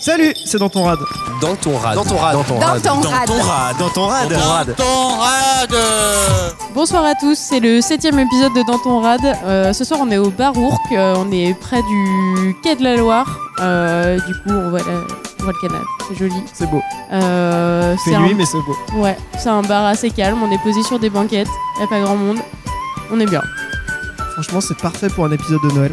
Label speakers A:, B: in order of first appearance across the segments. A: Salut, c'est dans ton rad.
B: Dans ton rad.
C: Dans ton rad.
B: Dans ton
D: Dans
B: rad.
D: ton rad.
A: rad, dans ton rad.
B: Dans ton rad.
C: Ton rad
E: Bonsoir à tous, c'est le septième épisode de Dans ton Rad. Euh, ce soir, on est au Bar Ourc, euh, on est près du quai de la Loire. Euh, du coup, on voit, la- on voit le canal, c'est joli.
A: C'est beau.
E: Euh,
A: C'est
E: un,
A: nuit, mais c'est beau.
E: ouais, c'est un bar assez calme, on est posé sur des banquettes, il a pas grand monde. On est bien.
A: Franchement, c'est parfait pour un épisode de Noël.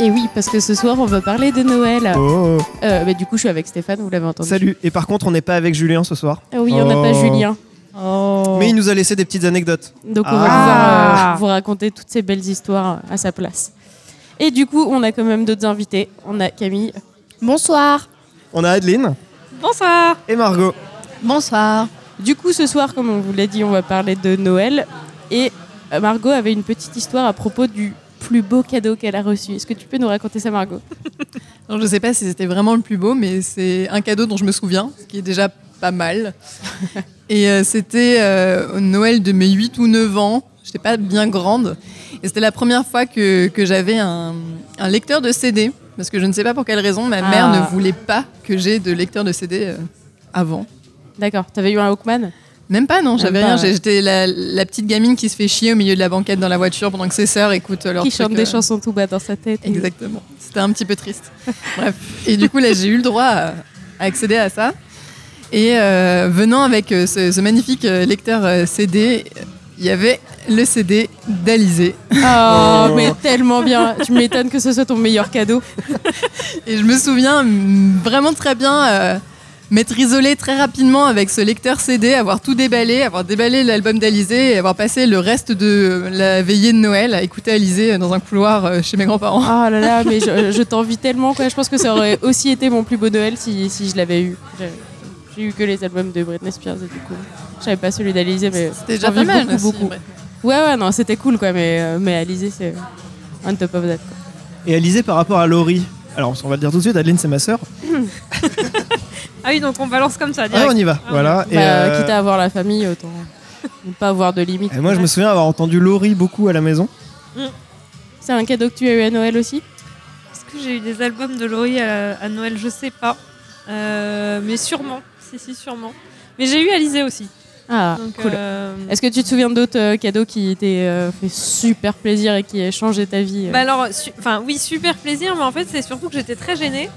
E: Et oui, parce que ce soir, on va parler de Noël.
A: Oh.
E: Euh, bah, du coup, je suis avec Stéphane, vous l'avez entendu.
A: Salut. Et par contre, on n'est pas avec Julien ce soir.
E: Ah oui, on n'a
A: Oh.
E: pas Julien. Oh.
A: Mais il nous a laissé des petites anecdotes.
E: Donc on va
D: Ah.
E: pouvoir euh, vous raconter toutes ces belles histoires à sa place. Et du coup, on a quand même d'autres invités. On a Camille.
D: Bonsoir.
A: On a Adeline
D: Bonsoir.
A: et Margot.
D: Bonsoir.
E: Du coup, ce soir, comme on vous l'a dit, on va parler de Noël. Et euh, Margot avait une petite histoire à propos du plus beau cadeau qu'elle a reçu. Est-ce que tu peux nous raconter ça, Margot
F: Alors, je sais pas si c'était vraiment le plus beau, mais c'est un cadeau dont je me souviens, ce qui est déjà pas mal. Et euh, c'était euh, au Noël de mes 8 ou 9 ans. J'étais pas bien grande. Et c'était la première fois que, que j'avais un, un lecteur de CD. Parce que je ne sais pas pour quelle raison, ma
E: Ah.
F: mère ne voulait pas que j'aie de lecteur de CD euh, avant.
E: D'accord, t'avais eu un Hawkman
F: Même pas, non, j'avais
E: pas,
F: rien.
E: ouais.
F: J'étais la, la petite gamine qui se fait chier au milieu de la banquette dans la voiture pendant que ses sœurs écoutent euh, leur
E: qui chante des
F: chansons.
E: chansons tout bas dans sa tête.
F: Exactement. C'était un petit peu triste. Bref. Et du coup, là, j'ai eu le droit à à accéder à ça. Et euh, venant avec euh, ce, ce magnifique euh, lecteur euh, CD, euh, il y avait le CD d'Alizé.
E: Oh, mais tellement bien. Tu m'étonnes que ce soit ton meilleur cadeau.
F: Et je me souviens mm, vraiment très bien euh, m'être isolée très rapidement avec ce lecteur CD, avoir tout déballé, avoir déballé l'album d'Alizé et avoir passé le reste de euh, la veillée de Noël à écouter Alizé euh, dans un couloir euh, chez mes grands-parents.
E: Oh là là, mais je, je t'envie tellement quoi. Je pense que ça aurait aussi été mon plus beau Noël si, si je l'avais eu. J'ai- J'ai eu que les albums de Britney Spears et du coup, j'avais pas celui d'Alizé, mais
F: C'était déjà
E: j'en
F: pas
E: vis
F: mal.
E: beaucoup,
F: aussi,
E: beaucoup.
F: bref.
E: ouais ouais non, c'était cool quoi, mais euh, mais Alizé c'est on top of that. quoi.
A: Et Alizé par rapport à Laurie. Alors, on va le dire tout de suite, Adeline, c'est ma sœur.
G: Ah oui, donc on balance comme ça
A: Ouais,
G: direct. Ah.
A: on y va. Voilà. Et,
E: Ah, Bah,
A: euh,
E: Quitte à avoir la famille, autant ne pas avoir de limite.
A: et moi, je me souviens avoir entendu Laurie beaucoup à la maison.
G: Mm.
E: C'est un cadeau que tu as eu à Noël aussi.
G: Est-ce que j'ai eu des albums de Laurie à, à Noël Je sais pas. Euh, mais sûrement. Si, si, sûrement. Mais j'ai eu Alizé aussi.
E: Ah
G: donc,
E: cool.
G: euh,
E: Est-ce que tu te souviens d'autres euh, cadeaux qui t'aient euh, fait super plaisir et qui aient changé ta vie euh
G: bah alors, su- enfin, oui, super plaisir, mais en fait, c'est surtout que j'étais très gênée.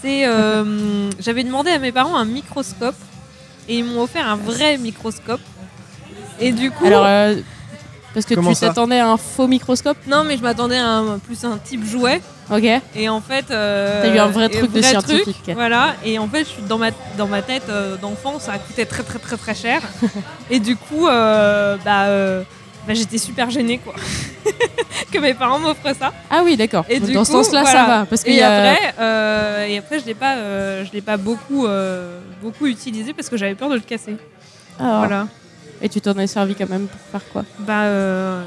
G: C'est, euh, j'avais demandé à mes parents un microscope et ils m'ont offert un vrai microscope. Et du coup,
E: Alors euh, parce que
A: Comment
E: tu
A: ça
E: t'attendais à un faux microscope,
G: non, mais je m'attendais à un, plus un type jouet.
E: euh, ok
G: Et en fait, euh,
E: T'as eu un vrai
G: et
E: truc de scientifique.
G: voilà. Et en fait, je suis dans ma dans ma tête euh, d'enfant, ça a coûté très très très très cher. et du coup, euh, bah, euh, bah, j'étais super gênée quoi, que mes parents m'offrent ça.
E: Ah oui, d'accord.
G: Et
E: Donc,
G: du
E: Dans ce
G: coup,
E: sens-là, ça
G: voilà.
E: va. Parce qu'il
G: Et
E: y a...
G: après, euh, et après, je l'ai pas euh, je l'ai pas beaucoup euh, beaucoup utilisé parce que j'avais peur de le casser.
E: Ah.
G: Voilà.
E: Et tu t'en es servi quand même pour faire quoi
G: Bah. euh,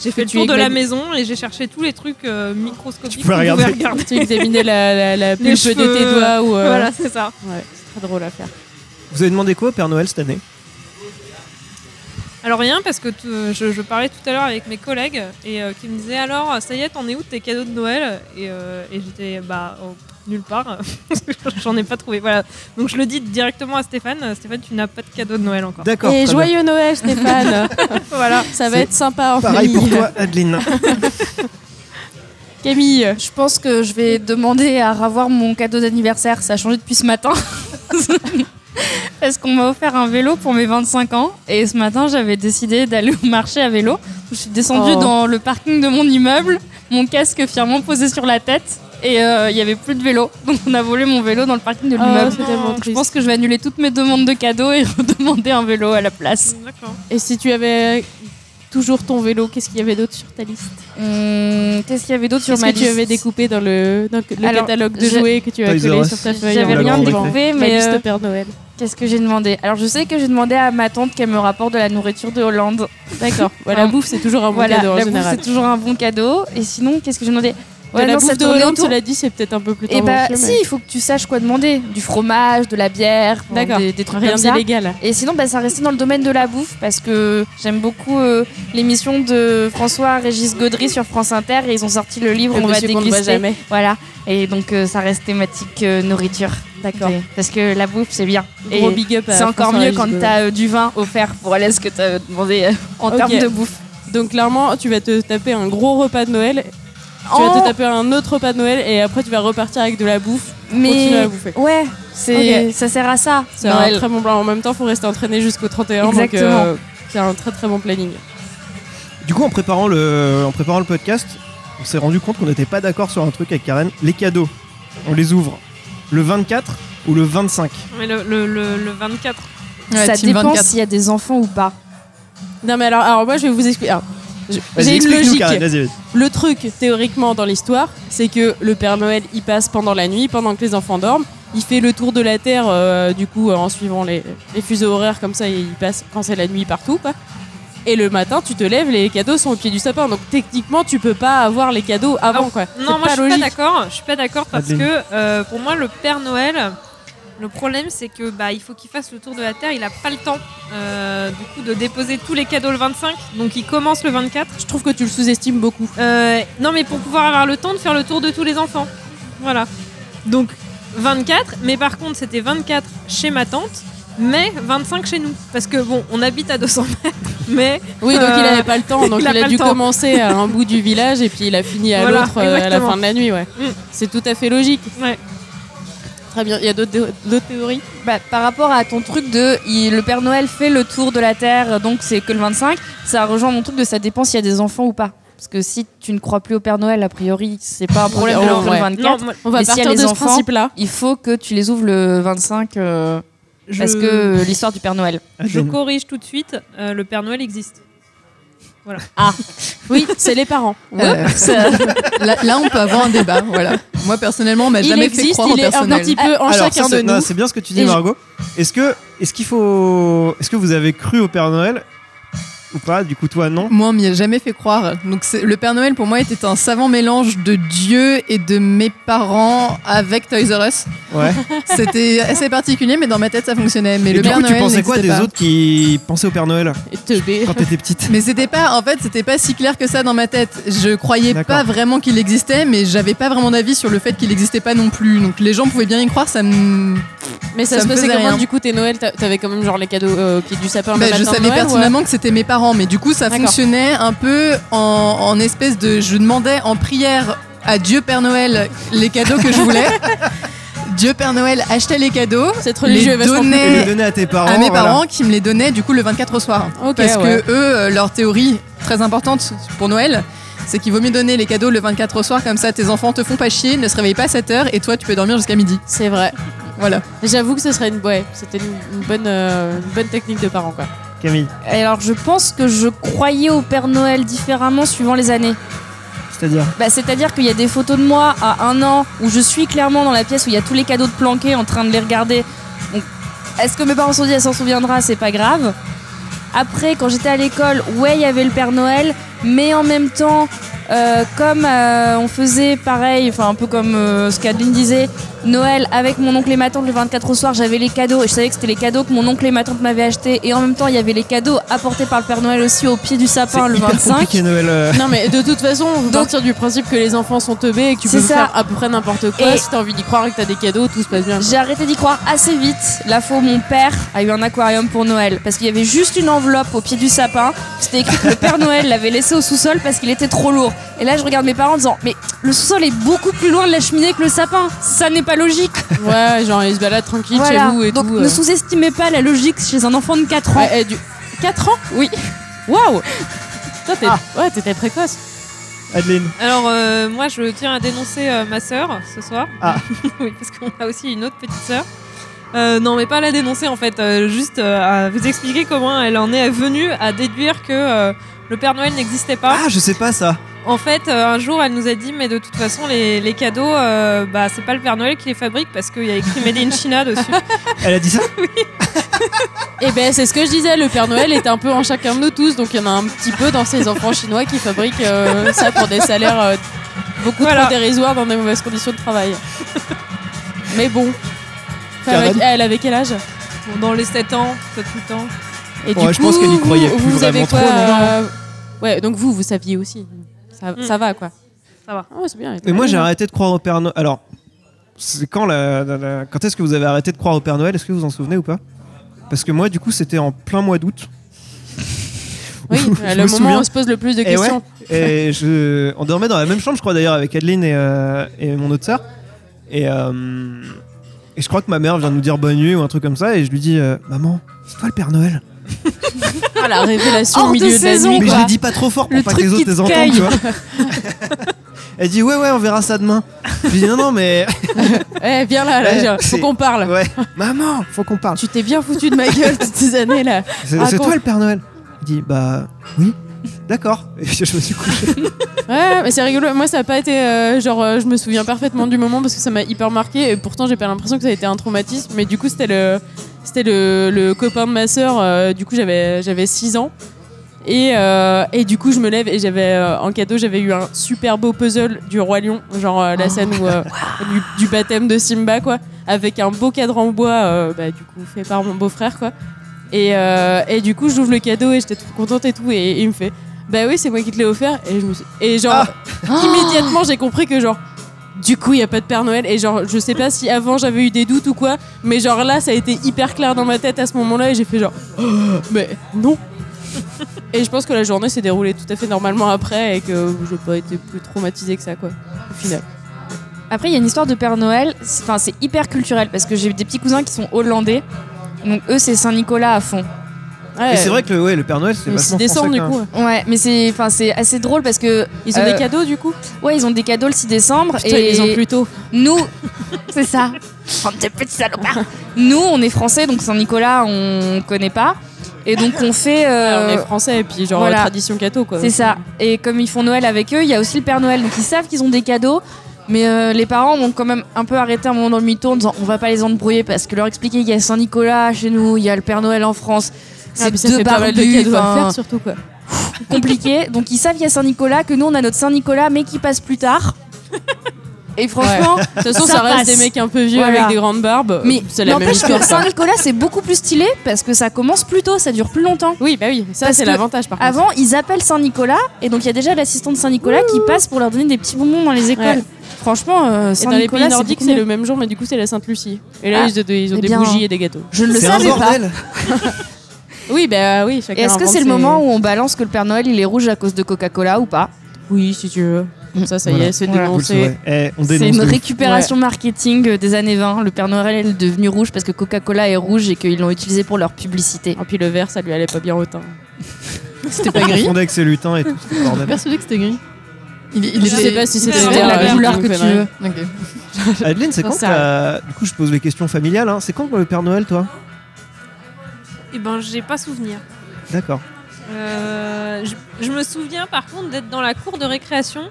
G: j'ai fait le
E: tu
G: tour de la
E: examines-
G: maison et j'ai cherché tous les trucs euh,
A: Tu
G: microscopiques.
A: pouvais
G: qu'on pouvait
A: regarder.
G: regarder.
E: Tu examinais la, la, la pulpe
G: Les
E: de
G: cheveux,
E: tes doigts ou. euh,
G: Voilà, c'est ça.
E: Ouais, c'est très drôle à faire.
A: Vous avez demandé quoi au Père Noël cette année
G: Alors rien, parce que te- je, je parlais tout à l'heure avec mes collègues et euh, qui me disaient alors ça y est, t'en es où de tes cadeaux de Noël Et, euh, et j'étais bah oh, nulle part, j'en ai pas trouvé. Voilà, donc je le dis directement à Stéphane. Stéphane, tu n'as pas de cadeau de Noël encore.
A: D'accord. très
E: Et
A: bien.
E: joyeux Noël, Stéphane Voilà. Ça va
A: C'est
E: être sympa en
A: Pareil
E: famille.
A: pour toi, Adeline.
E: Camille
D: Je pense que je vais demander à revoir mon cadeau d'anniversaire. Ça a changé depuis ce matin. Parce qu'on m'a offert un vélo pour mes 25 ans. Et ce matin, j'avais décidé d'aller au marché à vélo. Je suis descendue
E: Oh.
D: dans le parking de mon immeuble, mon casque fièrement posé sur la tête. Et euh, il n'y avait plus de vélo. Donc on a volé mon vélo dans le parking de
E: Oh,
D: l'immeuble.
E: c'est tellement
D: je
E: triste.
D: pense que je vais annuler toutes mes demandes de cadeaux et redemander un vélo à la place.
G: D'accord.
E: Et si tu avais toujours ton vélo, qu'est-ce qu'il y avait d'autre sur ta liste
D: Hum, Qu'est-ce qu'il y avait d'autre sur
E: Qu'est-ce
D: ma
E: que
D: liste
E: tu avais découpé dans le, dans le
D: Alors,
E: catalogue de
D: je-
E: jouets que tu as
A: Toys R
E: collé
A: Us.
E: sur ta feuille
D: J'avais
A: La
D: rien
A: grande
E: Mais
D: découpé, mais
E: liste
D: euh,
E: au Père Noël.
D: qu'est-ce que j'ai demandé Alors je sais que j'ai demandé à ma tante qu'elle me rapporte de la nourriture de Hollande. Hein
E: D'accord. Voilà, la bouffe, c'est toujours un bon
D: Voilà,
E: cadeau en
D: la bouffe,
E: général.
D: c'est toujours un bon cadeau. Et sinon, qu'est-ce que j'ai demandé Ouais,
E: la
D: non,
E: bouffe
D: ça
E: de
D: tournait
E: Hollande,
D: autour.
E: cela dit, c'est peut-être un peu plus
D: Et bah,
E: tendancieux. mais-
D: si, il faut que tu saches quoi demander. Du fromage, de la bière, bon,
E: D'accord.
D: des, des trucs
E: Rien
D: comme ça.
E: d'illégal.
D: Et sinon, bah, ça restait dans le domaine de la bouffe parce que j'aime beaucoup euh, l'émission de François Régis Gaudry sur France Inter et ils ont sorti le livre On va
E: Monsieur qu'on ne voit
D: déguster.
E: jamais.
D: Voilà. Et donc, euh, ça reste thématique euh, nourriture.
E: D'accord.
D: Et- Parce que la bouffe, c'est bien. Et
E: Gros big up à
D: c'est encore
E: François
D: mieux
E: Régis
D: quand
E: Gaudry.
D: t'as euh, du vin offert pour aller à ce que t'as demandé euh, en
E: Ok.
D: termes de bouffe.
E: Donc clairement, tu vas te taper un gros repas de Noël. Tu vas
D: En-
E: te taper un autre repas de Noël et après tu vas repartir avec de la bouffe. Continue à
D: Mais
E: bouffer.
D: ouais, c'est
E: Ok.
D: ça sert à ça. Bah,
E: C'est
D: Noël.
E: un très bon plan. En même temps, faut rester entraîné jusqu'au 31.
D: Exactement.
E: Donc, euh, c'est un très très bon planning.
A: Du coup, en préparant le, en préparant le podcast, on s'est rendu compte qu'on n'était pas d'accord sur un truc avec Karen. Les cadeaux, on les ouvre le 24 ou le 25
G: Mais le, le, le, le 24.
F: Ouais,
D: ça
F: team
D: dépend
F: 24.
D: s'il y a des enfants ou pas.
E: Non mais alors, alors moi je vais vous expliquer. Alors, je-
A: Vas-y,
E: J'ai une
A: explique-nous,
E: logique.
A: Karen, vas-y, vas-y.
E: Le truc théoriquement dans l'histoire, c'est que le Père Noël y passe pendant la nuit, pendant que les enfants dorment. Il fait le tour de la Terre, euh, du coup, euh, en suivant les, les fuseaux horaires comme ça, il passe quand c'est la nuit partout, quoi. Et le matin, tu te lèves, les cadeaux sont au pied du sapin. Donc techniquement, tu peux pas avoir les cadeaux avant,
G: Ah,
E: quoi.
G: Non,
E: C'est
G: moi
E: pas
G: je suis pas
E: logique.
G: d'accord. Je suis pas d'accord parce
A: Adeline.
G: que euh, pour moi le Père Noël, le problème c'est que bah il faut qu'il fasse le tour de la terre. Il a pas le temps euh, du coup de déposer tous les cadeaux le 25. Donc il commence le 24.
E: Je trouve que tu le sous-estimes beaucoup.
G: Euh, non, mais pour pouvoir avoir le temps de faire le tour de tous les enfants. Voilà. Donc 24, mais par contre c'était 24 chez ma tante, mais 25 chez nous. Parce que bon, on habite à 200 mètres, mais
E: Oui, donc
G: Euh,
E: il avait pas le temps. Donc
G: il
E: il
G: a
E: a,
G: pas le
E: dû
G: temps.
E: commencer à un bout du village et puis il a fini à
G: Voilà,
E: l'autre euh, à la
G: exactement.
E: fin de la nuit, ouais.
G: Mm.
E: C'est tout à fait logique.
G: Ouais.
E: Très bien. Il y a d'autres d'autres théories
D: Bah, par rapport à ton truc de il- le Père Noël fait le tour de la Terre, donc c'est que le 25, ça rejoint mon truc de ça dépend s'il y a des enfants ou pas. Parce que si tu ne crois plus au Père Noël, a priori, c'est pas un problème de
E: Oh,
D: l'ouvrir
E: ouais.
D: le 24.
G: non, moi,
E: On va
D: Mais s'il y a
E: partir
D: les
E: de ce
D: enfants-
E: principe-là.
D: Il faut que tu les ouvres le 25 euh,
G: je,
D: parce que l'histoire du Père Noël.
E: Ah,
G: je
A: Adeline.
G: corrige tout de suite, euh, le Père Noël existe.
D: Ah.
E: Oui, c'est les parents.
F: Euh, là, là, on peut avoir un débat. Voilà. Moi, personnellement, on m'a
E: il
F: jamais fait
E: existe,
F: croire au
E: il est un
F: personnel.
E: petit peu en
A: Alors,
E: chacun
A: ça,
E: de
A: c'est- non,
E: nous.
A: c'est bien ce que tu
E: Et
A: dis,
E: je-
A: Margot. Est-ce que, est-ce qu'il faut, est-ce que vous avez cru au Père Noël ou pas Du coup, toi, non.
F: Moi, on m'y a jamais fait croire. Donc, c'est- le Père Noël, pour moi, était un savant mélange de Dieu et de mes parents avec Toys R Us.
A: Ouais.
F: C'était assez particulier, mais dans ma tête, ça fonctionnait. Mais
A: Et du
F: le Père
A: coup,
F: Noël
A: tu pensais quoi
F: n'existait
A: des
F: pas.
A: autres qui pensaient au Père Noël
E: Et te bé-
A: quand t'étais petite
F: Mais c'était pas, en fait, c'était pas si clair que ça dans ma tête. Je croyais
A: D'accord.
F: pas vraiment qu'il existait, mais j'avais pas vraiment d'avis sur le fait qu'il existait pas non plus. Donc les gens pouvaient bien y croire, ça me.
E: Mais ça,
F: Ça
E: se
F: me
E: passait
F: faisait
E: comment
F: rien.
E: du coup tes Noël t'a- T'avais quand même genre les cadeaux euh, au pied du sapin. le
F: Bah,
E: matin
F: je
E: de
F: savais
E: Noël,
F: pertinemment que c'était mes parents, mais du coup, ça
E: D'accord.
F: fonctionnait un peu en, en espèce de. Je demandais en prière à Dieu Père Noël les cadeaux que je voulais. Dieu Père Noël achetait les cadeaux,
E: ou- Cette religion est
F: les
E: vachement
A: Et les
F: donnait
A: donner à tes parents.
F: à mes
A: voilà.
F: parents qui me les donnaient du coup le 24 au soir.
E: plus- Ok,
F: Parce
E: ouais.
F: que eux, euh, leur théorie très importante pour Noël, c'est qu'il vaut mieux donner les cadeaux le 24 au soir, comme ça tes enfants te font pas chier, ne se réveillent pas à 7 heures et toi tu peux dormir jusqu'à midi.
E: C'est vrai.
F: Voilà.
E: J'avoue que ce serait une, ouais, c'était une, une bonne, euh, une bonne technique de parents quoi.
A: Camille,
D: Et alors, je pense que je croyais au Père Noël différemment suivant les années.
A: c'est-à-dire
D: Bah, C'est-à-dire qu'il y a des photos de moi à un an où je suis clairement dans la pièce où il y a tous les cadeaux de planqués en train de les regarder. Donc, Est-ce que mes parents se sont dit elle s'en souviendra C'est pas grave. Après, quand j'étais à l'école, ouais, il y avait le Père Noël, mais en même temps, euh, comme euh, on faisait pareil, enfin un peu comme euh, ce qu'Adeline disait, Noël avec mon oncle et ma tante le 24 au soir, j'avais les cadeaux et je savais que c'était les cadeaux que mon oncle et ma tante m'avaient achetés. Et en même temps, il y avait les cadeaux apportés par le Père Noël aussi au pied du sapin
A: C'est
D: Oh, le
A: hyper
D: 25.
A: compliqué Noël. euh.
E: Non mais de toute façon, on peut
D: Donc-
E: partir du principe que les enfants sont teubés et que tu peux
D: C'est ça.
E: faire à peu près n'importe quoi.
D: Et-
E: Si t'as envie d'y croire et que t'as des cadeaux, tout se passe bien.
D: J'ai arrêté d'y croire assez vite. La fois où mon père a eu un aquarium pour Noël, parce qu'il y avait juste une enveloppe au pied du sapin. C'était écrit que le Père Noël l'avait laissé au sous-sol parce qu'il était trop lourd. Et là, je regarde mes parents en disant Mais le sous-sol est beaucoup plus loin de la cheminée que le sapin. Ça n'est pas logique.
E: Ouais, genre ils se baladent tranquille
D: Voilà.
E: chez vous et
D: Donc
E: tout.
D: ne
E: euh.
D: sous-estimez pas la logique chez un enfant de 4 ans.
E: Ouais, eh, du- 4 ans
D: Oui.
E: Waouh
F: Ah.
E: Toi, t'es- ouais, t'étais précoce.
A: Adeline,
G: Alors euh, moi je tiens à dénoncer euh, ma sœur ce soir.
A: Ah.
G: oui, parce qu'on a aussi une autre petite sœur. Euh, non mais pas la dénoncer en fait, euh, juste euh, à vous expliquer comment elle en est venue à déduire que euh, le Père Noël n'existait pas.
A: ah, je sais pas ça.
G: En fait, euh, un jour, elle nous a dit, mais de toute façon, les, les cadeaux, euh, bah, c'est pas le Père Noël qui les fabrique parce qu'il y a écrit Made in China dessus.
A: Elle a dit ça
E: Et ben, c'est ce que je disais, le Père Noël est un peu en chacun de nous tous, donc il y en a un petit peu dans ces enfants chinois qui fabriquent euh, ça pour des salaires euh, Beaucoup
G: Voilà.
E: trop dérisoire dans des mauvaises conditions de travail. Mais bon. Enfin, avec-
A: Karen
E: elle avait quel âge
G: Bon, dans les 7 ans, 7-8 ans.
E: Et
A: Ouais, je pense qu'elle y croyait plus
E: vous avez
A: vraiment
E: quoi,
A: trop,
E: euh, Ouais, donc vous, vous saviez aussi. Ça,
G: Mm.
E: ça va, quoi.
G: Ça va.
E: Ah ouais, c'est bien.
A: Mais moi, j'ai arrêté de croire au Père Noël. Alors, c'est quand la, la- la- quand est-ce que vous avez arrêté de croire au Père Noël Est-ce que vous vous en souvenez ou pas Parce que moi, du coup, c'était en plein mois d'août.
E: Oui,
A: Je me
E: le moment
A: souviens.
E: où on se pose le plus de
A: Et ouais.
E: questions.
A: Et je, on dormait dans la même chambre, je crois d'ailleurs, avec Adeline et, euh, et mon autre sœur. Et, euh, et je crois que ma mère vient de nous dire bonne nuit ou un truc comme ça. Et je lui dis, euh, maman, c'est toi le Père Noël.
E: Ah, la révélation
D: Hors
E: au
D: de
E: milieu de, la
D: saison,
E: nuit.
D: quoi.
A: Mais je l'ai dit pas trop fort pour
D: Le
A: pas que
D: truc
A: les
D: qui
A: autres
D: te
A: les entendent,
D: caille.
A: tu vois. Elle dit ouais ouais on verra ça demain. Je lui dis non non mais
E: Eh, viens là, là
A: Ouais,
E: viens, faut
A: c'est-
E: qu'on parle.
A: ouais maman faut qu'on parle.
E: Tu t'es bien foutu de ma gueule toutes ces années là.
A: C'est
E: Ah,
A: c'est
E: con.
A: toi le Père Noël Il dit bah oui, d'accord. Et je me suis couché.
E: Ouais, mais c'est rigolo. Moi, ça n'a pas été. euh, genre, euh, je me souviens parfaitement du moment parce que ça m'a hyper marqué. Et pourtant, j'ai pas l'impression que ça a été un traumatisme. Mais du coup, c'était le, c'était le, le copain de ma sœur. euh, du coup, j'avais, j'avais 6 ans. Et, euh, et du coup, je me lève et j'avais euh, en cadeau, j'avais eu un super beau puzzle du Roi Lion, genre euh, la scène où, euh, du, du baptême de Simba, quoi, avec un beau cadre en bois, euh, bah, du coup, fait par mon beau-frère, quoi. Et, euh, et du coup, j'ouvre le cadeau et j'étais trop contente et tout. Et, il me fait, bah oui, c'est moi qui te l'ai offert. Et, je me suis- et genre,
A: Ah.
E: immédiatement, j'ai compris que, genre, du coup, il n'y a pas de Père Noël. Et genre, je sais pas si avant j'avais eu des doutes ou quoi, mais genre là, ça a été hyper clair dans ma tête à ce moment-là. Et j'ai fait, genre, Oh, mais non. et je pense que la journée s'est déroulée tout à fait normalement après et que j'ai pas été plus traumatisée que ça, quoi, au final.
D: Après, il y a une histoire de Père Noël. C'est- Enfin, c'est hyper culturel parce que j'ai des petits cousins qui sont hollandais. Donc eux, c'est Saint Nicolas à fond.
E: Ouais.
A: Et c'est vrai que le- ouais, le Père Noël c'est
E: Le 6
A: vachement
E: décembre,
A: français,
E: du
A: quand
E: coup.
D: Ouais, mais c'est, enfin, c'est assez drôle parce que
E: Ils ont
D: Euh,
E: des cadeaux, du coup
D: ouais, ils ont des cadeaux le 6 décembre
E: Putain,
D: et
E: ils les ont plus tôt.
D: nous, c'est ça. Bande de petits salopards. Nous, on est français, donc Saint Nicolas, on connaît pas. Et donc on fait. euh,
E: on est français et puis genre
D: voilà.
E: tradition catho quoi.
D: C'est ça. Et comme ils font Noël avec eux, il y a aussi le Père Noël. Donc ils savent qu'ils ont des cadeaux. Mais euh, les parents ont quand même un peu arrêté un moment dans le mi-tour en disant on va pas les embrouiller parce que leur expliquer qu'il y a Saint-Nicolas chez nous, il y a le Père Noël en France. C'est
E: Ah, puis ça
D: deux
E: fait pas mal de
D: barbus,
E: cadeaux à
D: enfin,
E: faire surtout quoi.
D: compliqué. Donc ils savent qu'il y a Saint-Nicolas, que nous on a notre Saint-Nicolas mais qui passe plus tard. Et franchement,
E: De toute façon, ça,
D: Ça
E: reste
D: passe.
E: des mecs un peu vieux
D: Voilà.
E: avec des grandes barbes. Euh,
D: mais
E: c'est la même
D: n'empêche
E: histoire.
D: que
E: ça.
D: Saint-Nicolas c'est beaucoup plus stylé parce que ça commence plus tôt, ça dure plus longtemps.
E: Oui, bah oui, ça
D: Parce
E: c'est
D: que
E: l'avantage par contre.
D: Avant, ils appellent Saint-Nicolas et donc il y a déjà l'assistante Saint-Nicolas qui passe pour leur donner des petits bonbons dans les écoles.
E: Ouais.
D: Franchement,
E: et
D: euh,
E: dans les
D: Saint-Nicolas,
E: pays
D: c'est
E: nordiques,
D: beaucoup
E: c'est
D: mieux.
E: le même jour, mais du coup, c'est la Sainte-Lucie. Et là,
D: Ah,
E: ils ont des, ils ont
D: eh
E: des
D: bien.
E: bougies et des gâteaux.
D: Je ne le
A: C'est un
D: savais pas.
A: bordel.
E: Oui, bah oui, chacun.
D: Et est-ce que c'est le moment où on balance que le Père Noël il est rouge à cause de Coca-Cola ou pas
E: Oui, si tu veux. Comme ça, ça y est,
A: Voilà.
E: c'est
D: Voilà.
A: Vous le
E: dénoncé.
A: saurez. Eh, on
D: C'est
A: dénonce.
D: une
A: de ouf.
D: récupération marketing euh, des années 20. Le Père Noël est devenu rouge parce que Coca-Cola est rouge et qu'ils l'ont utilisé pour leur publicité.
E: Et Ah, puis le vert, ça lui allait pas bien au teint.
F: C'était pas gris.
A: Confondé avec ses lutins et tout. c'était le bordel.
F: Persuadé que c'était gris. Il, il
E: Je
F: était-
E: sais pas si c'était
F: il était
G: vert,
F: la
G: euh,
F: couleur
E: une
F: que tu
E: connerie.
F: veux. Ok.
A: Adeline, c'est quand
E: Ça,
A: t'as- Du coup, je pose les questions familiales. hein. C'est quand le Père Noël, toi
D: Eh
G: Et ben, j'ai pas souvenir.
A: D'accord.
G: Euh, je, je me souviens par contre d'être dans la cour de récréation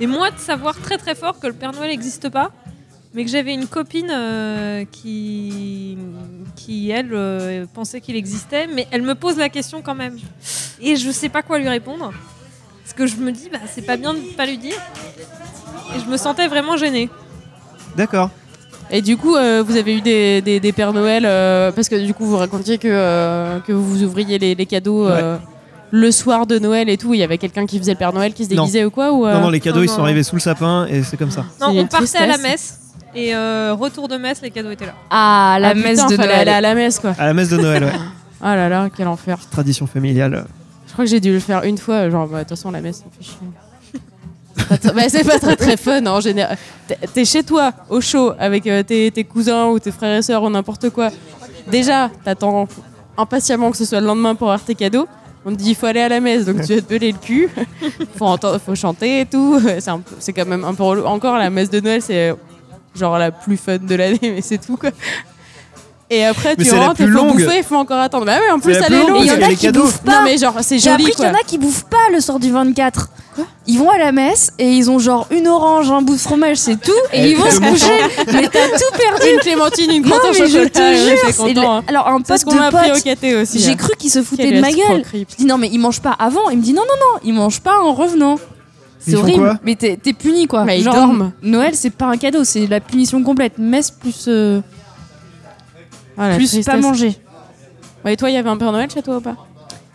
G: et moi de savoir très très fort que le Père Noël n'existe pas, mais que j'avais une copine euh, qui, qui elle euh, pensait qu'il existait, mais elle me pose la question quand même et je sais pas quoi lui répondre parce que je me dis bah c'est pas bien de pas lui dire et je me sentais vraiment gênée.
A: D'accord.
E: Et du coup, euh, vous avez eu des, des, des Pères Noël euh, parce que du coup, vous racontiez que, euh, que vous ouvriez les, les cadeaux euh, le soir de Noël et tout. Il y avait quelqu'un qui faisait le Père Noël qui se
A: Non.
E: déguisait ou quoi ou, euh,
A: Non, non, les
D: Ah
A: cadeaux,
G: non,
A: ils sont
G: non.
A: arrivés sous le sapin et c'est comme ça.
G: Non,
E: C'est
G: on partait à la
E: tristesse.
G: messe et euh, retour de messe, les cadeaux étaient là.
D: Ah, la
E: Ah,
D: messe
E: putain,
D: de
E: fallait
D: Noël.
E: aller à la messe quoi.
A: À la messe de Noël, ouais.
E: Ah là là, quel enfer.
A: Tradition familiale.
E: Je crois que j'ai dû le faire une fois. Genre, bah, de toute façon, la messe, ça fait chier. C'est pas très- bah, c'est pas très très fun en général. T'es- T'es chez toi, au chaud, avec euh, tes, tes cousins ou tes frères et sœurs ou n'importe quoi. Déjà, t'attends impatiemment que ce soit le lendemain pour avoir tes cadeaux. On te dit il faut aller à la messe, donc tu vas te peler le cul. faut, entendre, faut chanter et tout. C'est un peu- c'est quand même un peu relou. Encore, la messe de Noël, c'est euh, genre la plus fun de l'année, mais c'est tout quoi. Et après,
A: Mais
E: tu
A: c'est la
E: rentres,
A: plus
E: il faut
A: longue.
E: bouffer, il faut encore attendre. Bah ouais, en plus,
A: la
E: elle
A: plus
E: est
A: longue parce
E: longue.
D: Il y en
A: qu'il
D: a
A: les
D: qui
A: cadeaux.
D: bouffent pas.
E: Non mais genre c'est
D: J'ai
E: joli
D: appris qu'il
E: quoi.
D: y en a qui bouffent pas le soir du 24. ils vont à la messe et ils ont genre une orange, un bout de fromage, c'est tout, et
A: Eh,
D: ils vont se
A: le
D: coucher. Mais t'as tout perdu.
E: Une clémentine, une
D: Non
E: crotte en
D: mais je
E: chocolat, ouais,
D: te
E: t'es
D: jure. c'est
E: content. hein.
D: le- Alors un
E: C'est
D: pote
E: ce qu'on m'a
D: de
E: appris au
D: pote,
E: KT aussi.
D: j'ai
E: hein.
D: cru qu'il se foutait
E: Quelle
D: de ma gueule.
E: escroquerie.
D: Je dis non mais il mange pas avant. Il me dit non non non, il mange pas en revenant.
A: Ils
D: C'est
A: font quoi
D: horrible, mais t'es t'es puni quoi.
E: Mais Bah, ils
D: Genre,
E: dorment.
D: Noël, c'est pas un cadeau, c'est la punition complète. Messe plus, euh,
E: Ah, la
D: plus pas
E: tristesse.
D: manger.
E: Ouais, et toi, il y avait un Père Noël chez toi ou pas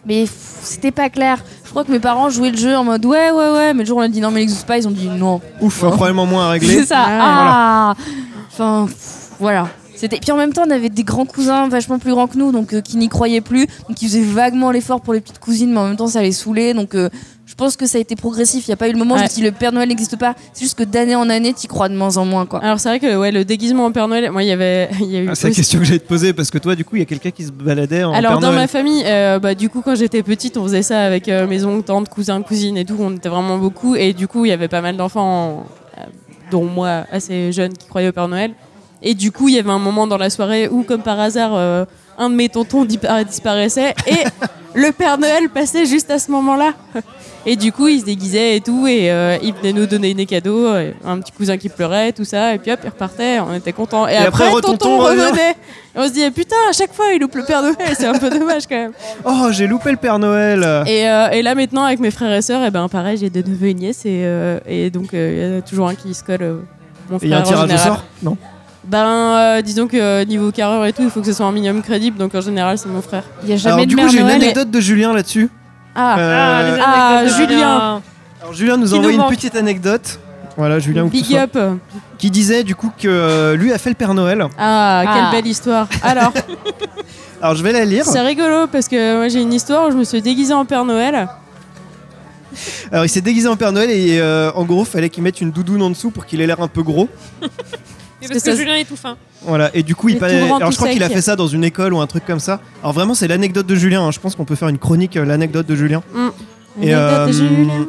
D: Mais pff, c'était pas clair. Je crois que mes parents jouaient le jeu en mode ouais, ouais, ouais. Mais le jour où on a dit non, mais il existe pas, ils ont dit non.
A: Ouf, un problème en moins à régler.
D: C'est ça.
E: Ouais,
D: Ah Enfin, pff, voilà. C'était... Puis en même temps, on avait des grands cousins vachement plus grands que nous, donc euh, qui n'y croyaient plus, donc ils faisaient vaguement l'effort pour les petites cousines, mais en même temps, ça les saoulait. Donc euh, je pense que ça a été progressif. Il n'y a pas eu le moment où je me
E: Ouais.
D: suis dit le Père Noël n'existe pas. C'est juste que d'année en année, t'y crois de moins en moins, quoi.
E: Alors, c'est vrai que ouais, le déguisement en Père Noël, moi, il y avait. il y a eu
A: Ah, c'est la
E: aussi-
A: question que j'allais te poser parce que toi, du coup, il y a quelqu'un qui se baladait en
E: Alors
A: Père
E: dans
A: Noël.
E: ma famille, euh, bah, du coup quand j'étais petite, on faisait ça avec euh, mes oncles, tantes, cousins, cousines et tout. On était vraiment beaucoup et du coup il y avait pas mal d'enfants, euh, dont moi assez jeune, qui croyaient au Père Noël. Et du coup il y avait un moment dans la soirée où comme par hasard euh, un de mes tontons dispara- disparaissait et le Père Noël passait juste à ce moment-là. Et du coup, il se déguisait et tout, et euh, il venait nous donner des cadeaux, euh, un petit cousin qui pleurait, tout ça, et puis hop, il repartait, on était contents. Et,
A: après,
E: après,
A: retonton
E: tonton
A: revient.
E: revenait. Et on se dit, Eh, putain, à chaque fois, il loupe le Père Noël, c'est un peu dommage quand même.
A: Oh, j'ai loupé le Père Noël.
E: Et, euh, et là, maintenant, avec mes frères et sœurs, et ben, pareil, j'ai deux neveux et nièces, et, euh, et donc, euh, il y en a toujours un qui se colle. euh, mon
A: Et il y a
E: frère
A: un tirage
E: en
A: au
E: général.
A: sort Non.
E: Ben, euh, disons que euh, niveau carrure et tout, il faut que ce soit un minimum crédible, donc en général, c'est mon frère.
D: Il n'y a
A: Alors,
D: jamais
A: du
D: de
A: coup,
D: Mère
A: j'ai une
D: Noël.
A: anecdote de Julien là-dessus.
E: Ah,
G: Ah,
A: Euh,
G: les
E: Ah,
G: anecdotes de
E: Julien.
A: alors, Julien nous
G: Qui
A: a envoyé
G: nous
A: une
G: manque.
A: petite anecdote. Voilà, Julien, ou que ce
E: big
A: soit.
E: up!
A: qui disait du coup que euh, lui a fait le Père Noël.
E: Ah, quelle
D: Ah.
E: belle histoire! Alors,
A: Alors, je vais la lire.
E: C'est rigolo parce que moi j'ai une histoire où je me suis déguisée en Père Noël.
A: Alors, il s'est déguisé en Père Noël et euh, en gros, fallait qu'il mette une doudoune en dessous pour qu'il ait l'air un peu gros.
G: Mais
E: Parce que
G: parce
E: ça-
G: que Julien est tout fin.
A: Voilà, et du coup, il,
E: Il est
A: parlait-
E: tout grand,
A: Alors, je
E: tout
A: crois qu'il a
E: sec.
A: fait ça dans une école ou un truc comme ça. Alors, vraiment, c'est l'anecdote de Julien. hein. Je pense qu'on peut faire une chronique, euh, l'anecdote de Julien. Et,
E: Anecdote de
A: euh,
E: Julien.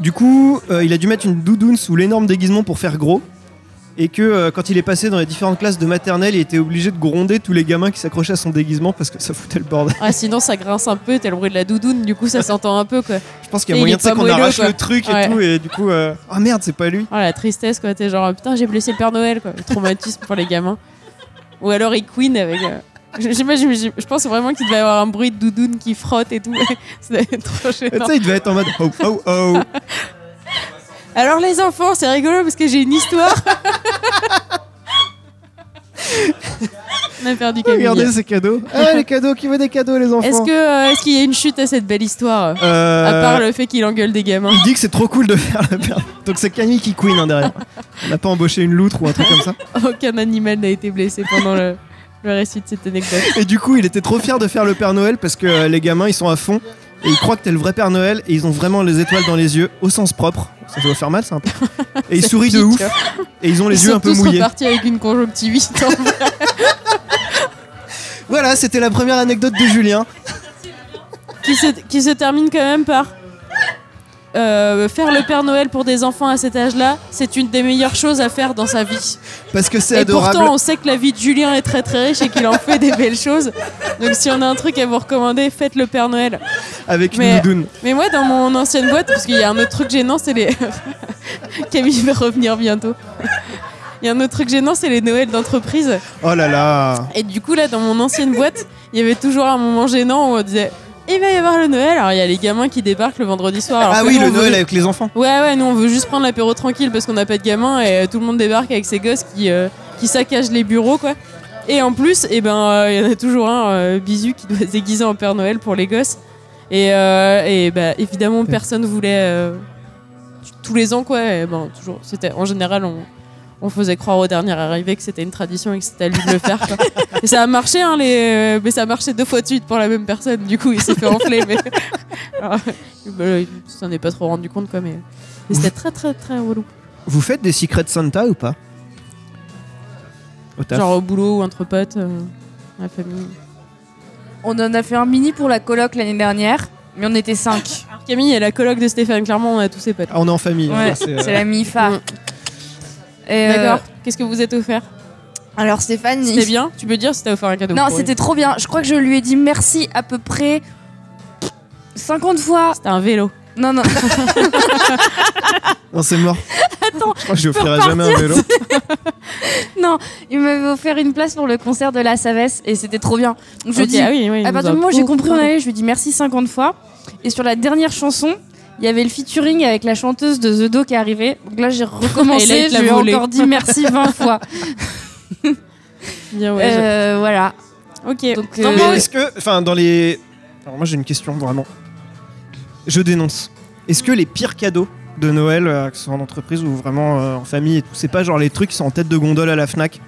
A: Du coup, euh, il a dû mettre une doudoune sous l'énorme déguisement pour faire gros. Et que euh, quand il est passé dans les différentes classes de maternelle, il était obligé de gronder tous les gamins qui s'accrochaient à son déguisement parce que ça foutait le bordel.
E: Ah, sinon ça grince un peu, t'as le bruit de la doudoune, du coup ça s'entend un peu quoi.
A: Je pense qu'il y a
E: Et il
A: moyen
E: est
A: de ça
E: pas
A: qu'on
E: moelleux,
A: arrache
E: quoi.
A: le truc et
E: Ouais.
A: tout. Et du coup, euh, oh merde, c'est pas lui.
E: Oh la tristesse quoi, t'es genre putain j'ai blessé le Père Noël quoi, le traumatisme pour les gamins. Ou alors il queen avec. euh, Je, je sais pas, je, je- je pense vraiment qu'il devait y avoir un bruit de doudoune qui frotte et tout. Ça doit être trop
A: Tu
E: gênant.
A: sais, il devait être en mode oh oh oh.
E: Alors les enfants, c'est rigolo parce que j'ai une histoire. On a perdu Camille.
A: Regardez ces cadeaux. Ah, les cadeaux, qui veut des cadeaux, les enfants
E: Est-ce que euh, est-ce qu'il y a une chute à cette belle histoire
A: Euh,
E: À part le fait qu'il engueule des gamins.
A: Il dit que c'est trop cool de faire la perte. Donc c'est Camille qui queen hein, derrière. On n'a pas embauché une loutre ou un truc comme ça.
E: Aucun animal n'a été blessé pendant le, le récit de cette anecdote.
A: Et du coup, il était trop fier de faire le Père Noël parce que euh, les gamins, ils sont à fond. Et ils croient que t'es le vrai Père Noël et ils ont vraiment les étoiles dans les yeux, au sens propre. Ça doit faire mal, ça un peu. Et ils sourient de ouf. Et ils ont les
E: Ils
A: yeux
E: sont
A: un peu
E: tous
A: mouillés.
E: repartis avec une conjonctivite. en vrai.
A: Voilà, c'était la première anecdote de Julien.
E: qui, se, qui se termine quand même par euh, faire le Père Noël pour des enfants à cet âge-là, c'est une des meilleures choses à faire dans sa vie.
A: Parce que c'est
E: Et
A: adorable.
E: pourtant, on sait que la vie de Julien est très très riche et qu'il en fait des belles choses. Donc, si on a un truc à vous recommander, faites le Père Noël.
A: avec une
E: Mais-
A: doudoune.
E: Mais moi, dans mon ancienne boîte, parce qu'il y a un autre truc gênant, c'est les. Camille va revenir bientôt. Il y a un autre truc gênant, c'est les Noëls d'entreprise.
A: Oh là là.
E: Et du coup, là, dans mon ancienne boîte, il y avait toujours un moment gênant où on disait Il va y avoir le Noël. Alors, il y a les gamins qui débarquent le vendredi soir. alors
A: Ah
E: que
A: oui,
E: nous,
A: le
E: on veut-
A: Noël avec les enfants.
E: Ouais, ouais, nous, on veut juste prendre l'apéro tranquille parce qu'on n'a pas de gamins et euh, tout le monde débarque avec ses gosses qui, euh, qui saccagent les bureaux, quoi. Et en plus, eh ben, euh, il y en a toujours un, euh, Bisu, qui doit se déguiser en Père Noël pour les gosses. Et, euh, et bah, évidemment, personne voulait. euh, tous les ans, quoi. Et ben, toujours, c'était, en général, on, on faisait croire au dernier arrivé que c'était une tradition et que c'était à lui de le faire. quoi. et ça a marché, hein, les, mais ça a marché deux fois de suite pour la même personne. Du coup, il s'est fait enfler. mais... Alors, bah, il s'en est pas trop rendu compte, quoi. Mais, mais c'était très, très, très relou.
A: Vous faites des secrets de Santa ou pas Au taf.
E: Genre au boulot ou entre potes, euh, la famille.
D: On en a fait un mini pour la coloc l'année dernière, mais on était 5.
E: Alors, Camille est la coloc de Stéphane. Clairement, on a tous ses potes.
A: Ah, on est en famille.
D: Ouais,
A: hein, c'est, euh,
D: c'est la MIFA.
E: Mm.
D: Et, euh,
E: D'accord. Qu'est-ce que vous êtes offert
D: alors Stéphane,
E: C'était
D: il-
E: bien Tu peux dire si t'as offert un cadeau
D: Non,
E: pour
D: c'était trop bien. Je crois que je lui ai dit merci à peu près 50 fois.
E: lui. C'était un vélo.
D: Non, non.
A: Non, c'est mort. Attends. Je crois que je lui offrirai jamais un vélo.
D: Non, il m'avait offert une place pour le concert de la Savès et c'était trop bien. Donc je
E: Ok,
D: dis,
E: ah oui, oui, il
D: à
E: nous
D: partir
E: a
D: du moment où j'ai
E: beaucoup
D: compris où on
E: parlé.
D: allait, je lui dis merci 50 fois. Et sur la dernière chanson, Il y avait le featuring avec la chanteuse de The Do qui est arrivée. Donc là, j'ai
E: Elle a
D: recommencé,
E: été
D: je lui ai
E: volée.
D: encore dit merci 20 fois.
E: Bien, ouais,
D: Euh, voilà.
E: je- Ok.
D: Donc,
A: Non,
D: euh,
A: mais est-ce que. Enfin, dans les. Alors, moi, j'ai une question vraiment. Je dénonce. Est-ce que les pires cadeaux de Noël, euh, que ce soit en entreprise ou vraiment euh, en famille et tout, c'est pas genre les trucs qui sont en tête de gondole à la Fnac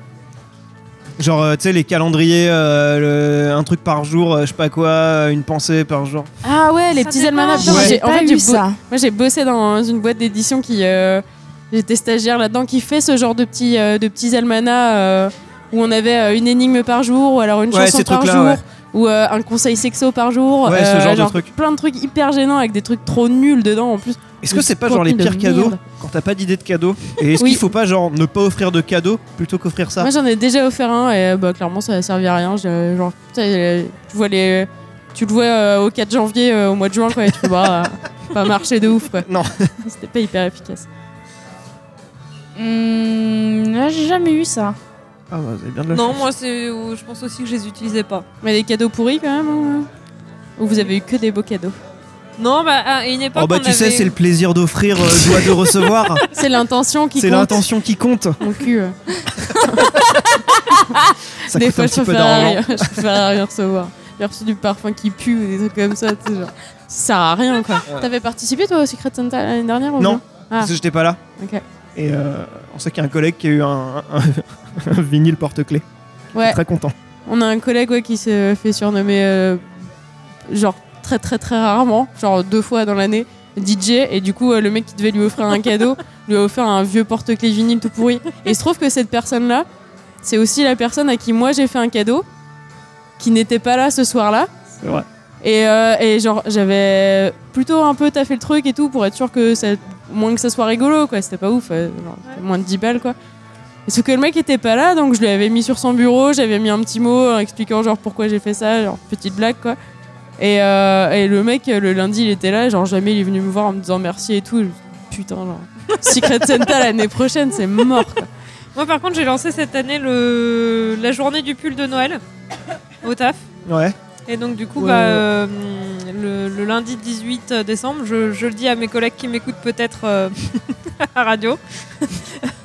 A: Genre, euh, tu sais, les calendriers, euh, le- un truc par jour, euh, je sais pas quoi, euh, une pensée par jour.
E: Ah ouais, les
G: Ça
E: petits
G: dépend.
E: almanachs.
A: Ouais.
E: J'ai- En fait, j'ai
D: eu
E: beau- Moi, j'ai bossé dans une boîte d'édition qui. euh, J'étais stagiaire là-dedans qui fait ce genre de petits, euh, de petits almanachs euh, où on avait euh, une énigme par jour, ou alors une
A: Ouais,
E: chanson
A: ces
E: par
A: trucs-là,
E: jour,
A: ouais.
E: ou euh, un conseil sexo par jour. euh,
A: Ouais, ce genre de truc.
E: Plein de trucs hyper gênants avec des trucs trop nuls dedans en plus.
A: Est-ce que c'est pas genre
E: Contenu
A: les
E: de
A: pires cadeaux
E: merde.
A: quand t'as pas d'idée de cadeau Et est-ce
E: Oui.
A: qu'il faut pas genre ne pas offrir de cadeaux plutôt qu'offrir ça
E: Moi, j'en ai déjà offert un et euh, bah, clairement, ça a servi à rien. Je- Genre, putain, euh, tu vois les. Tu le vois euh, au 4 janvier, euh, au mois de juin, quoi, et tu vois, pas marché de ouf, quoi.
A: Non.
E: C'était pas hyper efficace.
D: Hum, là, j'ai jamais eu ça.
A: Ah, bah, vous avez bien de la
G: Non,
A: chance.
G: moi, c'est, où je pense aussi que je les utilisais pas.
E: Mais des cadeaux pourris quand même hein Ou vous avez eu que des beaux cadeaux
G: Non, bah, à une époque.
A: Oh, bah,
G: on
A: tu sais,
G: avait-
A: c'est le plaisir d'offrir, euh, joie de recevoir.
E: C'est l'intention qui
A: c'est
E: compte.
A: l'intention qui compte.
E: Mon cul. euh.
A: Ça
E: des
A: coûte
E: fois,
A: un
E: je
A: petit peu
E: préfère, à
A: d'argent.
E: rien, je préfère à rien recevoir. J'ai reçu du parfum qui pue ou des trucs comme ça, tu sais, genre. Ça sert à rien, quoi. T'avais participé, toi, au Secret Santa l'année dernière ou
A: Non,
E: pas
A: parce que j'étais pas là.
E: Ah. Ok.
A: Et euh, on sait qu'il y a un collègue qui a eu un, un- un vinyle porte-clés.
E: Ouais,
A: Très content.
E: on a un collègue ouais, qui se fait surnommer, euh, genre, très très très rarement, genre deux fois dans l'année, DJ. Et du coup, euh, le mec qui devait lui offrir un cadeau lui a offert un vieux porte-clés vinyle tout pourri. Et il se trouve que cette personne-là, c'est aussi la personne à qui moi j'ai fait un cadeau, qui n'était pas là ce soir-là.
A: C'est vrai.
E: Et, euh, et genre, j'avais plutôt un peu taffé le truc et tout pour être sûr que ça, moins que ça soit rigolo, quoi. C'était pas ouf, euh, genre, c'était moins de 10 balles, quoi. Et sauf que le mec était pas là, donc je lui avais mis sur son bureau, j'avais mis un petit mot en expliquant genre pourquoi j'ai fait ça, genre petite blague, quoi. Et, euh, et le mec, euh, le lundi, il était là, genre jamais il est venu me voir en me disant merci et tout. Je me suis dit, Putain, genre, Secret Santa l'année prochaine, c'est mort, quoi.
G: Moi, par contre, j'ai lancé cette année le... la journée du pull de Noël au taf.
A: Ouais.
G: Et donc, du coup,
E: Ouais.
G: bah, euh, le, le lundi 18 décembre, je, je le dis à mes collègues qui m'écoutent peut-être euh, à radio.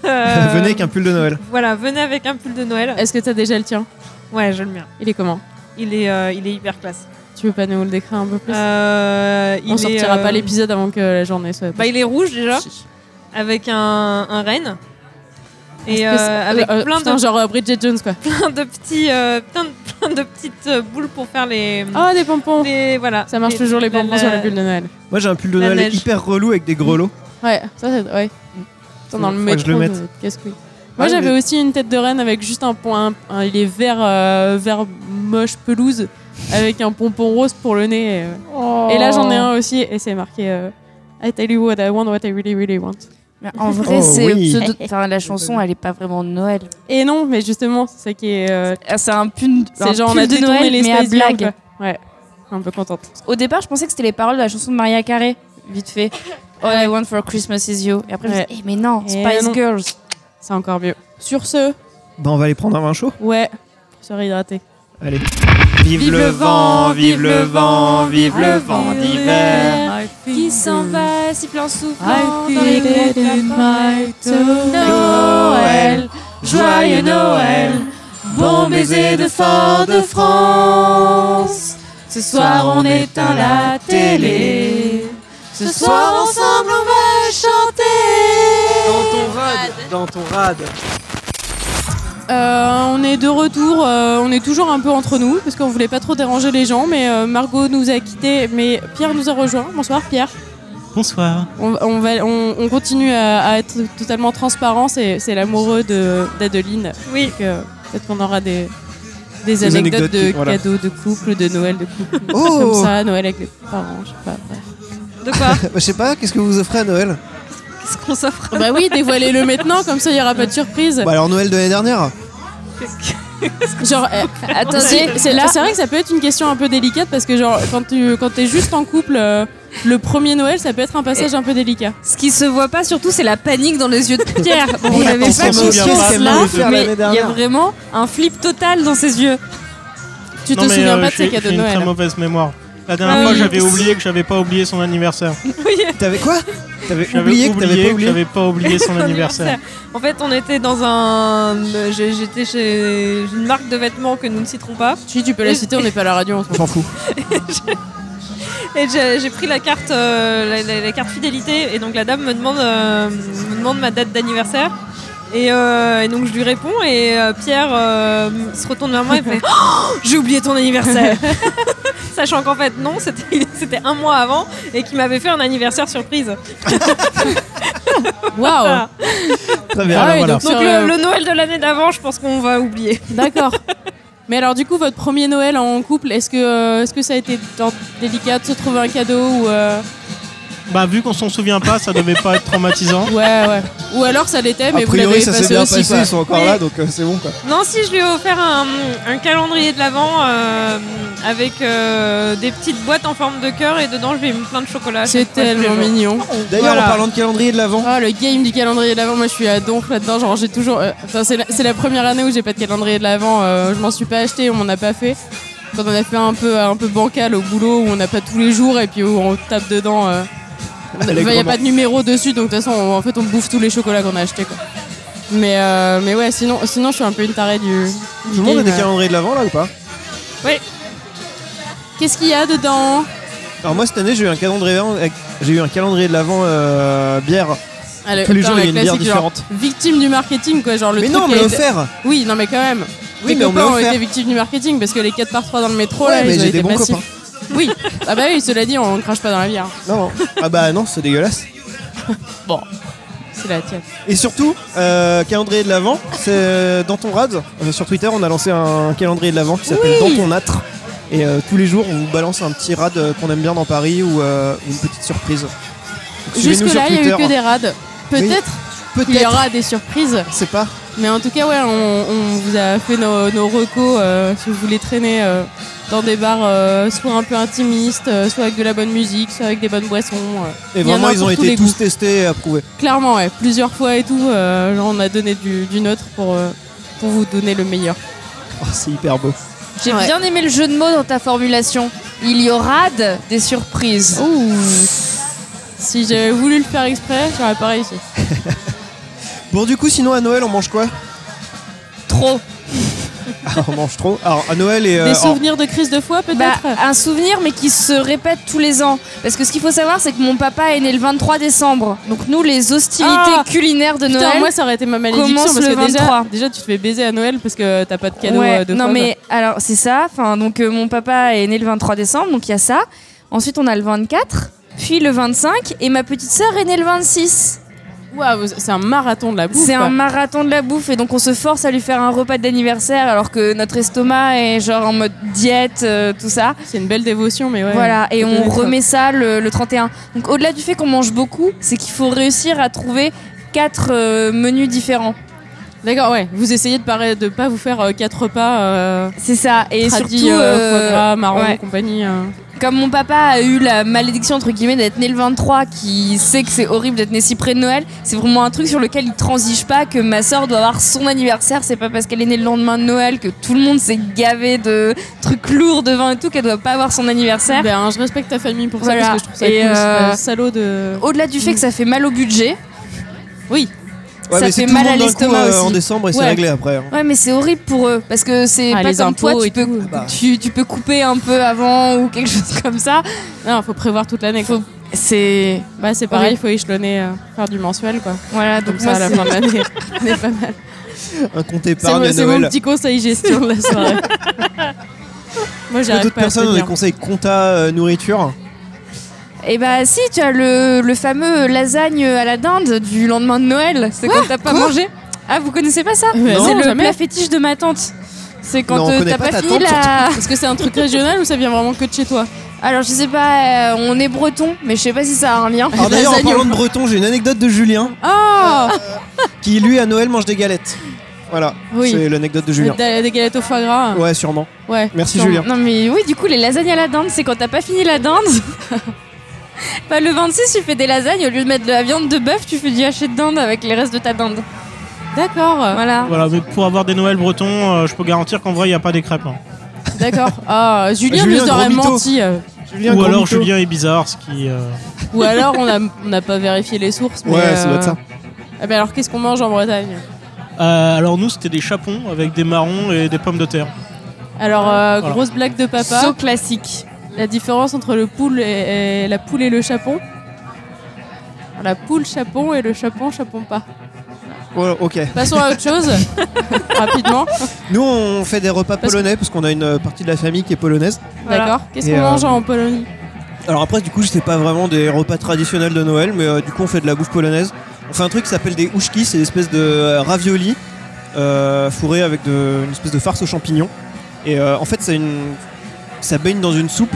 G: Euh,
A: Venez avec un pull de Noël.
G: Voilà, venez avec un pull de Noël.
E: Est-ce que t'as déjà le tien
G: Ouais, je le mets.
E: Il est comment
G: Il est, euh, il est hyper classe.
E: Tu veux pas nous le décrire un peu plus
G: Euh, il
E: On
G: est,
E: sortira
G: euh,
E: pas l'épisode avant que la journée soit.
G: Bah, il est rouge déjà,
E: Chiche.
G: avec un, un renne. Et
E: Est-ce que c'est-
G: euh, avec
E: euh,
G: plein,
E: putain,
G: de,
E: genre euh, Bridget Jones quoi.
G: plein de petits, euh, plein, de, plein de petites euh, boules pour faire les.
E: Oh des pompons.
G: les- voilà.
E: Ça marche
G: Et
E: toujours les
G: la-
E: pompons
G: la-
E: sur la bulle de Noël.
A: Moi, j'ai un pull de
G: La
A: Noël
G: neige.
A: hyper relou avec des grelots.
E: Ouais, ça c'est ouais. Putain, dans le
A: Faudrait que
E: métro.
A: je le mette.
E: euh, casse-couille. Moi
A: Ouais,
E: j'avais
A: mais-
E: aussi une tête de reine avec juste un point. un- il est vert, euh, vert moche pelouse avec un pompon rose pour le nez. Et, euh, et là j'en ai un aussi et c'est marqué. euh, I tell you what I want, what I really really want.
D: Mais en vrai,
A: Oh,
D: c'est
A: oui.
D: pseudo- enfin, la chanson, elle est pas vraiment de Noël.
E: Et non, mais justement c'est ça qui est. euh,
D: Ah, C'est un pull, un
E: c'est genre on
D: pull
E: a
D: de
E: détourné
D: Noël,
E: les
D: mais à
E: Spice Girls,
D: blague.
E: quoi. Ouais, un peu contente.
D: Au départ, je pensais que c'était les paroles de la chanson de Maria Carey, vite fait. All I want for Christmas is you. Et après, je me
E: Ouais.
D: suis dit, eh, mais non,
E: Eh
D: Spice
E: non.
D: Girls.
E: C'est encore mieux. Sur ce,
A: Bah, on va aller prendre un vin chaud.
E: ouais, pour se réhydrater.
A: Allez. Vive, le vent, vive le vent, vive le vent d'hiver.
D: Qui s'en va, siffle en soufflant
E: I
D: dans les
E: feel it
D: gouttes
E: in my toe.
D: Noël, joyeux Noël, bon baiser de Fort de France. Ce soir on éteint la télé. Ce soir ensemble on va chanter.
B: Dans ton rad, dans ton rad.
E: Euh, on est de retour, euh, on est toujours un peu entre nous parce qu'on voulait pas trop déranger les gens, mais euh, Margot nous a quittés, mais Pierre nous a rejoint. Bonsoir Pierre.
H: Bonsoir.
E: On, on va, on, on continue à, à être totalement transparent, c'est c'est l'amoureux de- d'Adeline.
G: Oui.
E: Donc, euh, Peut-être qu'on aura des, des
A: Des
E: anecdotes,
A: anecdotes
E: de
A: qui- voilà.
E: cadeaux de couple, de Noël de couple, des choses
A: Oh.
E: comme ça, Noël avec les parents, je sais pas. bref.
G: De quoi
A: Bah, je sais pas, qu'est-ce que vous offrez à Noël
G: Qu'est-ce qu'on s'offre
E: Bah oui, dévoilez-le maintenant, comme ça il y aura pas de surprise.
A: Bah, alors Noël de l'année dernière.
E: Genre, euh,
D: Attendez,
E: C'est là, c'est vrai que ça peut être une question un peu délicate parce que genre quand tu quand t'es juste en couple, euh, le premier Noël, ça peut être un passage un peu délicat.
D: ce qui se voit pas surtout c'est la panique dans les yeux de Pierre. Bon, on n'avait
A: Attention,
D: pas
A: Marie,
D: conscience
A: qu'est-ce qu'elle
D: là,
A: voulait faire
D: mais
A: l'année
D: il y a
A: dernière
D: vraiment un flip total dans ses yeux.
E: Tu te
H: Non, mais,
E: souviens
H: euh,
E: pas de
H: je
E: ces
H: suis-
E: cadeaux
H: J'ai
E: de
H: une très
E: Noël.
H: mauvaise mémoire. La dernière
G: Ah
H: fois,
G: oui.
H: j'avais oublié que j'avais pas oublié son anniversaire.
A: T'avais quoi T'avais
H: J'avais
A: oublié que t'avais pas
H: que
A: oublié
H: j'avais pas oublié son anniversaire.
G: En fait, on était dans un. euh, j'ai- J'étais chez une marque de vêtements que nous ne citerons pas.
E: Si tu peux la citer, on n'est pas à la radio en ce
A: On
E: moment.
A: s'en fout.
G: Et j'ai j'ai pris la carte, euh, la, la- la carte fidélité. Et donc la dame me demande, euh, me demande ma date d'anniversaire. Et, euh, et donc je lui réponds. Et euh, Pierre euh, se retourne vers moi et fait Oh, J'ai oublié ton anniversaire Sachant qu'en fait, non, c'était c'était un mois avant et qu'il m'avait fait un anniversaire surprise.
E: Waouh
G: Voilà.
A: Très bien.
E: Ah
A: alors
E: oui,
A: voilà.
E: donc-
G: Donc
E: Sur
G: le,
E: le-
G: le Noël de l'année d'avant, je pense qu'on va oublier.
E: D'accord. Mais alors du coup, votre premier Noël en couple, est-ce que, euh, est-ce que ça a été dans- délicat de se trouver un cadeau ou euh,
H: Bah, vu qu'on s'en souvient pas, ça devait pas être traumatisant.
E: Ouais, ouais. Ou alors ça l'était, mais
A: a
E: vous l'avez
A: priori, ça
E: effacé
A: s'est bien
E: aussi.
A: passé,
E: quoi.
A: ils sont encore là, donc euh, c'est bon quoi.
G: Non, si je lui ai offert un, un calendrier de l'avant avec euh, des petites boîtes en forme de cœur et dedans je lui ai mis plein de chocolat. à chaque
E: Ah, C'est
G: fois, tous les
E: tellement
G: jours.
E: mignon.
A: D'ailleurs,
E: Voilà.
A: en parlant de calendrier de l'avant,
E: Ah, le game du calendrier de l'avant, moi je suis à donf là-dedans. Genre, j'ai toujours. euh, enfin, c'est la, c'est la première année où j'ai pas de calendrier de l'avant. euh, je m'en suis pas acheté, on m'en a pas fait. Quand on a fait un peu, un peu bancal au boulot, où on n'a pas tous les jours et puis où on tape dedans. euh,
A: elle est
E: Il n'y a
A: gourmande.
E: pas de numéro dessus, donc de toute façon, on- en fait, on bouffe tous les chocolats qu'on a achetés. Quoi. Mais, euh, mais ouais, sinon, sinon, je suis un peu une tarée du. euh.
A: tout le monde a des calendriers de l'avant là ou pas
E: Qu'est-ce qu'il y a dedans
A: Alors moi cette année j'ai eu un calendrier de l'Avent avec- j'ai eu un calendrier de l'avant euh, bière.
E: Ah, le-
A: Tous les
E: attends,
A: jours il y a
E: la
A: une bière
E: classique, genre,
A: différente.
E: Victime du marketing, quoi. Genre le
A: Mais
E: truc
A: non, on
E: qui
A: me
E: a
A: l'a
E: été-
A: offert.
E: Oui, non, mais quand même.
A: Oui,
E: Tes
A: mais on me
E: copains
A: l'a
E: ont été
A: offert.
E: victimes du marketing parce que les 4 par 3 dans le métro,
A: Ouais,
E: là,
A: mais
E: ils ont
A: j'ai
E: été
A: des bons
E: massifs.
A: copains.
E: Oui, ah bah oui, cela dit, on ne crache pas dans la bière.
A: Non, non. Ah bah non, c'est dégueulasse.
E: C'est la tienne.
A: Et surtout, euh, calendrier de l'avant, c'est euh, dans ton rad. Euh, sur Twitter, on a lancé un calendrier de l'avant qui s'appelle
E: Oui.
A: Dans ton âtre. Et euh, tous les jours, on vous balance un petit rad euh, qu'on aime bien dans Paris ou euh, une petite surprise. Donc, suivez-nous sur
E: Jusque-là, il n'y a eu
A: Twitter. hein.
E: que des rades. Peut-être qu'il y
A: Peut-être,
E: aura des surprises.
A: c'est pas.
E: Mais en tout cas, ouais, on, on vous a fait nos, nos recos euh, si vous voulez traîner euh, dans des bars, euh, soit un peu intimistes, euh, soit avec de la bonne musique, soit avec des bonnes boissons. euh.
A: Et
E: Il y en a
A: vraiment, ils
E: pour
A: ont
E: tous
A: été
E: les
A: tous
E: goûts.
A: testés et approuvés.
E: Clairement, ouais, plusieurs fois et tout. euh, genre, on a donné du, du nôtre pour, euh, pour vous donner le meilleur.
A: Oh, c'est hyper beau.
D: J'ai
E: Ouais.
D: bien aimé le jeu de mots dans ta formulation. Il y aura de- des surprises.
E: Ouh. Si j'avais voulu le faire exprès, j'aurais pas réussi.
A: Bon, du coup, sinon à Noël, on mange quoi
D: Trop.
A: Ah, On mange trop. Alors à Noël et. euh,
E: Des
A: alors,
E: souvenirs de crise de foi,
D: Bah,
E: peut-être
D: un souvenir, mais qui se répète tous les ans. Parce que ce qu'il faut savoir, c'est que mon papa est né le 23 décembre. Donc nous, les hostilités
E: Ah
D: culinaires de
E: Putain,
D: Noël.
E: moi ça aurait été ma malédiction
D: commence
E: parce que
D: le
E: déjà,
D: 23.
E: déjà tu te fais baiser à Noël parce que t'as pas de cadeau
D: Ouais,
E: euh, de
D: non
E: fois,
D: mais alors c'est ça. Enfin donc euh, mon papa est né le 23 décembre, donc il y a ça. Ensuite on a le 24, puis le 25 et ma petite sœur est née le 26.
E: quoi. Waouh, c'est un marathon de la bouffe.
D: C'est
E: quoi.
D: un marathon de la bouffe et donc on se force à lui faire un repas d'anniversaire alors que notre estomac est genre en mode diète euh, tout ça.
E: C'est une belle dévotion, mais ouais.
D: voilà et
E: Ça peut
D: on
E: être-
D: remet ça le, le 31. Donc au-delà du fait qu'on mange beaucoup, c'est qu'il faut réussir à trouver quatre euh, menus différents.
E: D'accord, ouais. Vous essayez de ne de pas vous faire euh, quatre repas. Euh...
D: C'est ça et
E: tradis,
D: surtout
E: euh, foie
D: euh,
E: gras, marron,
D: ouais.
E: compagnie. euh.
D: Comme mon papa a eu la malédiction entre guillemets d'être né le 23, qui sait que c'est horrible d'être né si près de Noël, c'est vraiment un truc sur lequel il transige pas que ma sœur doit avoir son anniversaire. C'est pas parce qu'elle est née le lendemain de Noël que tout le monde s'est gavé de trucs lourds devant et tout qu'elle doit pas avoir son anniversaire.
E: Ben, je respecte ta famille pour ça
D: Voilà.
E: parce que je trouve ça
D: Et,
E: cool, c'est
D: euh,
E: un salaud de.
D: Au-delà du fait que ça fait mal au budget,
A: ouais,
D: ça
A: mais c'est
D: fait
A: tout le
D: mal à
A: monde d'un coup,
D: l'estomac
A: euh, En
D: aussi.
A: décembre et c'est
D: Ouais.
A: réglé après. hein.
D: ouais mais c'est horrible pour eux parce que c'est
E: Ah,
D: pas
E: les
D: comme toi,
E: impôts
D: tu
E: et
D: peux,
E: tout.
A: Bah.
D: tu, tu peux couper un peu avant ou quelque chose comme ça.
E: Non, faut prévoir toute l'année. quoi.
D: C'est
E: Bah, c'est pareil, il faut échelonner, euh, faire du mensuel, quoi.
D: voilà
E: Comme
D: donc
E: ça,
D: moi
E: à la
D: c'est-
E: fin de l'année, on est pas mal.
A: Un compte épargne à
E: C'est mon,
A: Noël.
E: petit conseil gestion de la soirée. Moi,
A: Est-ce que
E: j'arrive
A: d'autres
E: pas à
A: personnes ont des
E: tenir.
A: conseils compta euh, nourriture
D: Eh bah si, tu as le, le fameux lasagne à la dinde du lendemain de Noël, c'est quand t'as pas mangé. Ah, vous connaissez pas ça
E: Euh,
D: C'est
E: non,
D: le
E: jamais.
D: plat fétiche de ma tante. C'est
A: Non,
D: quand
A: on
D: euh,
A: connaît
D: t'as
A: pas
D: pas,
A: ta
D: fini
A: tante,
D: la...
E: Est-ce que c'est un truc régional ou ça vient vraiment que de chez toi
D: Alors je sais pas, euh, on est breton, mais je sais pas si ça a un lien.
A: Alors Ah, d'ailleurs, en
E: Lasagne au
A: parlant de breton, j'ai une anecdote de Julien
E: Oh
A: qui, lui, à Noël, mange des galettes. Voilà,
E: Oui.
A: c'est l'anecdote de Julien.
D: Oh
E: Des des galettes au foie gras.
A: Ouais, sûrement.
E: Ouais.
A: Merci
D: Non,
A: Julien.
D: Non mais oui, du coup, les lasagnes à la dinde, c'est quand t'as pas fini la dinde. bah le 26, tu fais des lasagnes, au lieu de mettre de la viande de bœuf, tu fais du haché de dinde avec les restes de ta dinde.
E: D'accord.
D: Voilà.
H: Voilà, mais pour avoir des Noëls bretons, euh, je peux garantir qu'en vrai, il n'y a pas des crêpes. hein.
E: D'accord. Ah, Julien,
A: Julien,
E: nous aurait
A: gros mytho.
E: menti. euh.
A: Julien
H: Ou alors
A: Corbito.
H: Julien est bizarre, ce qui. euh,
E: Ou alors on n'a on n'a pas vérifié les sources. Mais
A: Ouais, ça doit
E: euh,
A: être ça.
E: Ah ben alors qu'est-ce qu'on mange en Bretagne
H: euh, alors nous, c'était des chapons avec des marrons et des pommes de terre.
E: Alors euh,
H: Voilà.
E: grosse blague de papa.
D: Saut classique.
E: La différence entre le poule et, et- la poule et le chapon. La poule chapon et le chapon chapon pas.
A: Ouais, ok.
E: Passons à autre chose rapidement.
A: Nous, on fait des repas
E: Parce-
A: polonais parce qu'on a une euh, partie de la famille qui est polonaise.
G: Voilà.
E: D'accord. Qu'est-ce
A: Et,
E: qu'on
A: euh,
E: mange en Pologne
A: Alors après, du coup, c'est pas vraiment des repas traditionnels de Noël, mais euh, du coup, on fait de la bouffe polonaise. On fait un truc qui s'appelle des oushki, c'est une espèce de euh, ravioli euh, fourré avec de- une espèce de farce aux champignons. Et euh, en fait, c'est une, ça baigne dans une soupe.